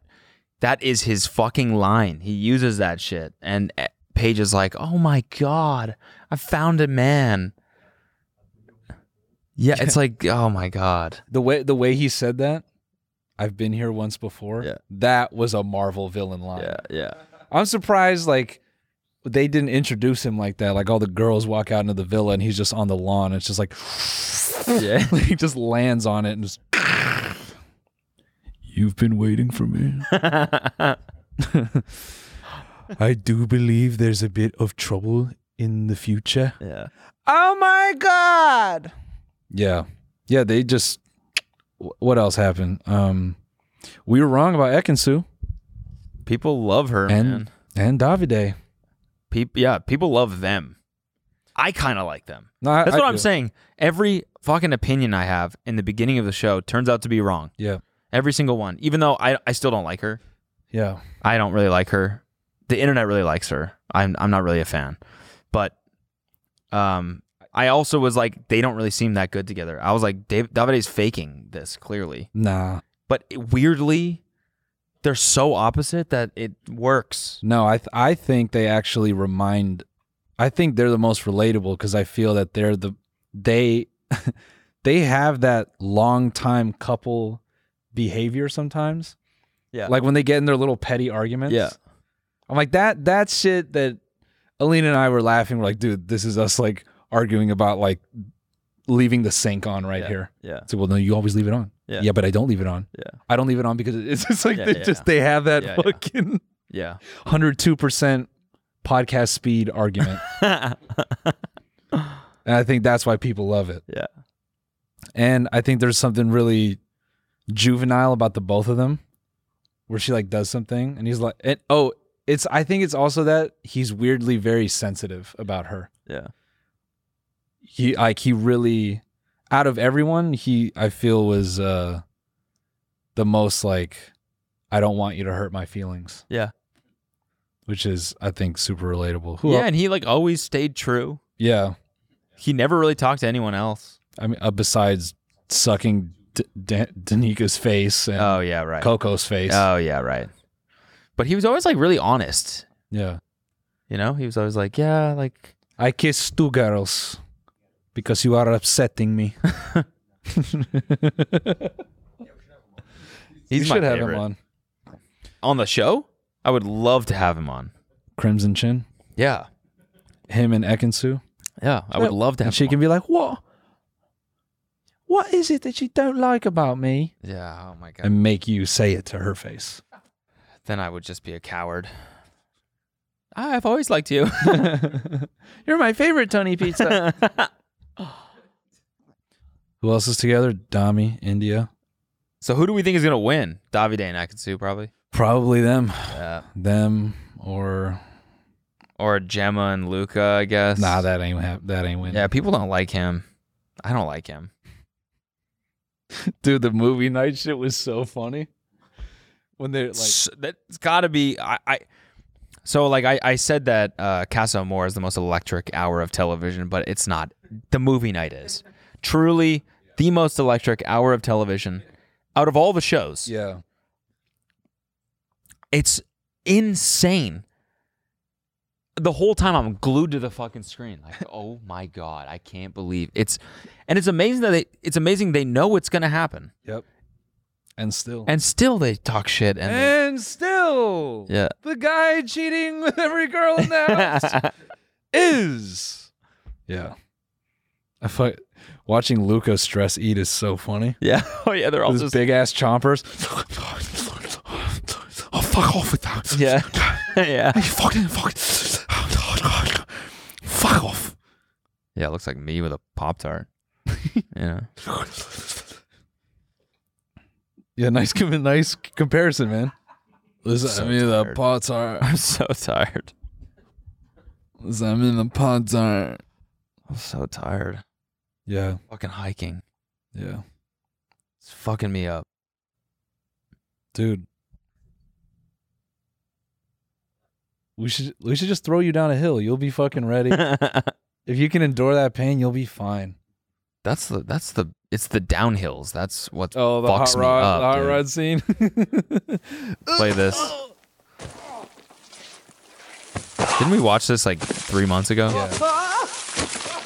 S2: that is his fucking line. He uses that shit. And eh, Paige is like, "Oh my god, I found a man." Yeah, <laughs> it's like, "Oh my god."
S1: the way the way he said that i've been here once before
S2: Yeah.
S1: that was a marvel villain line
S2: yeah. <laughs>
S1: i'm surprised like they didn't introduce him like that like all the girls walk out into the villa and he's just on the lawn it's just like
S2: <laughs> Yeah.
S1: <laughs> he just lands on it and just you've been waiting for
S2: <laughs>
S1: me i do believe there's a bit of trouble in the future
S2: yeah.
S1: oh my god yeah yeah they just wh- what else happened um we were wrong about ekansu
S2: People love her,
S1: and
S2: Oh, man.
S1: and davide
S2: People, yeah, people love them. I kind of like them.
S1: no, I-
S2: That's
S1: I
S2: what I'm
S1: do.
S2: saying. Every fucking opinion I have in the beginning of the show turns out to be wrong.
S1: yeah
S2: Every single one. Even though I, I still don't like her.
S1: yeah
S2: I don't really like her. The internet really likes her. I'm I'm not really a fan. But um I also was like they don't really seem that good together. I was like Dave, Davide's faking this clearly.
S1: nah
S2: But weirdly they're so opposite that it works.
S1: no i th- i think they actually remind i think they're the most relatable because i feel that they're the they <laughs> they have that long time couple behavior sometimes
S2: Yeah.
S1: like when they get in their little petty arguments
S2: Yeah.
S1: i'm like that that shit that alina and i were laughing we're like dude this is us like arguing about like leaving the sink on right
S2: Yeah.
S1: here
S2: Yeah.
S1: It's like, well, no, you always leave it on.
S2: Yeah.
S1: yeah, but I don't leave it on.
S2: Yeah.
S1: I don't leave it on because it's <laughs> just like
S2: Yeah,
S1: they
S2: yeah,
S1: just
S2: yeah.
S1: they have that
S2: Yeah, yeah.
S1: fucking
S2: Yeah.
S1: hundred two percent podcast speed argument, <laughs> and I think that's why people love it.
S2: Yeah.
S1: and I think there's something really juvenile about the both of them, where she like does something and he's like, and, oh, it's I think it's also that he's weirdly very sensitive about her.
S2: yeah.
S1: he like he really out of everyone he i feel was uh the most like I don't want you to hurt my feelings.
S2: Yeah.
S1: Which is I think super relatable. Who
S2: yeah,
S1: el-
S2: and he like always stayed true.
S1: yeah.
S2: He never really talked to anyone else.
S1: I mean uh, besides sucking D- Dan- Danika's face and
S2: Oh yeah, right.
S1: Coco's face.
S2: Oh yeah, right. But he was always like really honest.
S1: yeah.
S2: You know, he was always like, yeah, like
S1: I kissed two girls because you are upsetting me. <laughs>
S2: he's
S1: you
S2: my
S1: should have
S2: favorite.
S1: him on.
S2: on the show. I would love to have him on.
S1: Crimson Chin.
S2: Yeah,
S1: Him and Ekansu.
S2: yeah, I would love to have.
S1: And she
S2: him
S1: can be like, What? What is it that you don't like about me?
S2: on. Yeah. Oh my god.
S1: And make you say it to her face.
S2: then I would just be a coward. Ah, I've always liked you. <laughs>
S1: You're my favorite Tony Pizza. <laughs> Who else is together? Dami, India.
S2: so who do we think is gonna win? Davide and Akatsu probably.
S1: Probably them.
S2: Yeah.
S1: Them or
S2: Or Gemma and Luca, I guess.
S1: nah, that ain't hap- that ain't winning.
S2: Yeah, people don't like him. I don't like him.
S1: Dude, the movie night shit was so funny. When they're like
S2: S- that's got to be I, I so like I, I said that uh Casa Amor is the most electric hour of television but it's not the movie night is
S1: <laughs>
S2: truly the most electric hour of television out of all the shows
S1: Yeah.
S2: it's insane the whole time I'm glued to the fucking screen
S1: <laughs>
S2: like oh my god I can't believe it's and it's amazing that they it's amazing they know what's going to happen
S1: Yep. And still.
S2: and still they talk shit and they-
S1: And still
S2: yeah
S1: the guy cheating with every girl in
S2: <laughs>
S1: the is. Yeah. I fuck watching Luca stress eat is so funny.
S2: yeah oh yeah they're all
S1: Those
S2: just
S1: big ass chompers. Oh fuck off with that.
S2: <laughs> Yeah. yeah.
S1: You fucking fucking fuck off.
S2: Yeah, it looks like me with a Pop <laughs> Tart. yeah.
S1: Yeah, nice <laughs> com- nice comparison, man. Listen,
S2: So
S1: I'm in the
S2: tired.
S1: pots are
S2: I'm so tired.
S1: listen, I'm in the pots are
S2: I'm so tired.
S1: Yeah,
S2: Fucking hiking.
S1: yeah.
S2: It's fucking me <laughs> up.
S1: Dude. We should we should just throw you down a hill. You'll be fucking ready. <laughs>
S2: that's
S1: if you can endure that pain, you'll be fine.
S2: the that's the it's the downhills. That's what
S1: Oh, the
S2: fucks
S1: hot
S2: me
S1: rod,
S2: up.
S1: the hot
S2: dude.
S1: rod scene. <laughs>
S2: Play this. Didn't we watch this like three months ago?
S1: Yeah.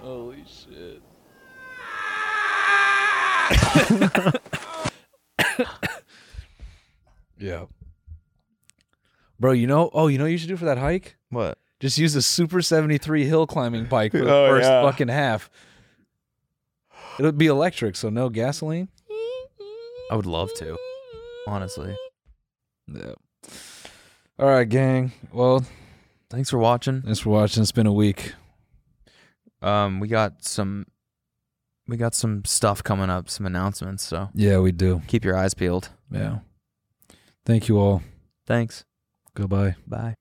S1: Holy shit. yeah. Bro, you know, oh, you know what you should do for that hike?
S2: What?
S1: Just use the Super 73 hill climbing bike for the
S2: <laughs> Oh,
S1: first
S2: yeah.
S1: fucking half. It'll be electric, so no gasoline.
S2: I would love to. Honestly.
S1: Yeah. All right, gang. Well,
S2: Thanks for watching.
S1: thanks for watching. It's been a week.
S2: Um we got some we got some stuff coming up, some announcements, so
S1: Yeah, we do.
S2: keep your eyes peeled.
S1: Yeah. Thank you all.
S2: Thanks.
S1: Goodbye.
S2: Bye.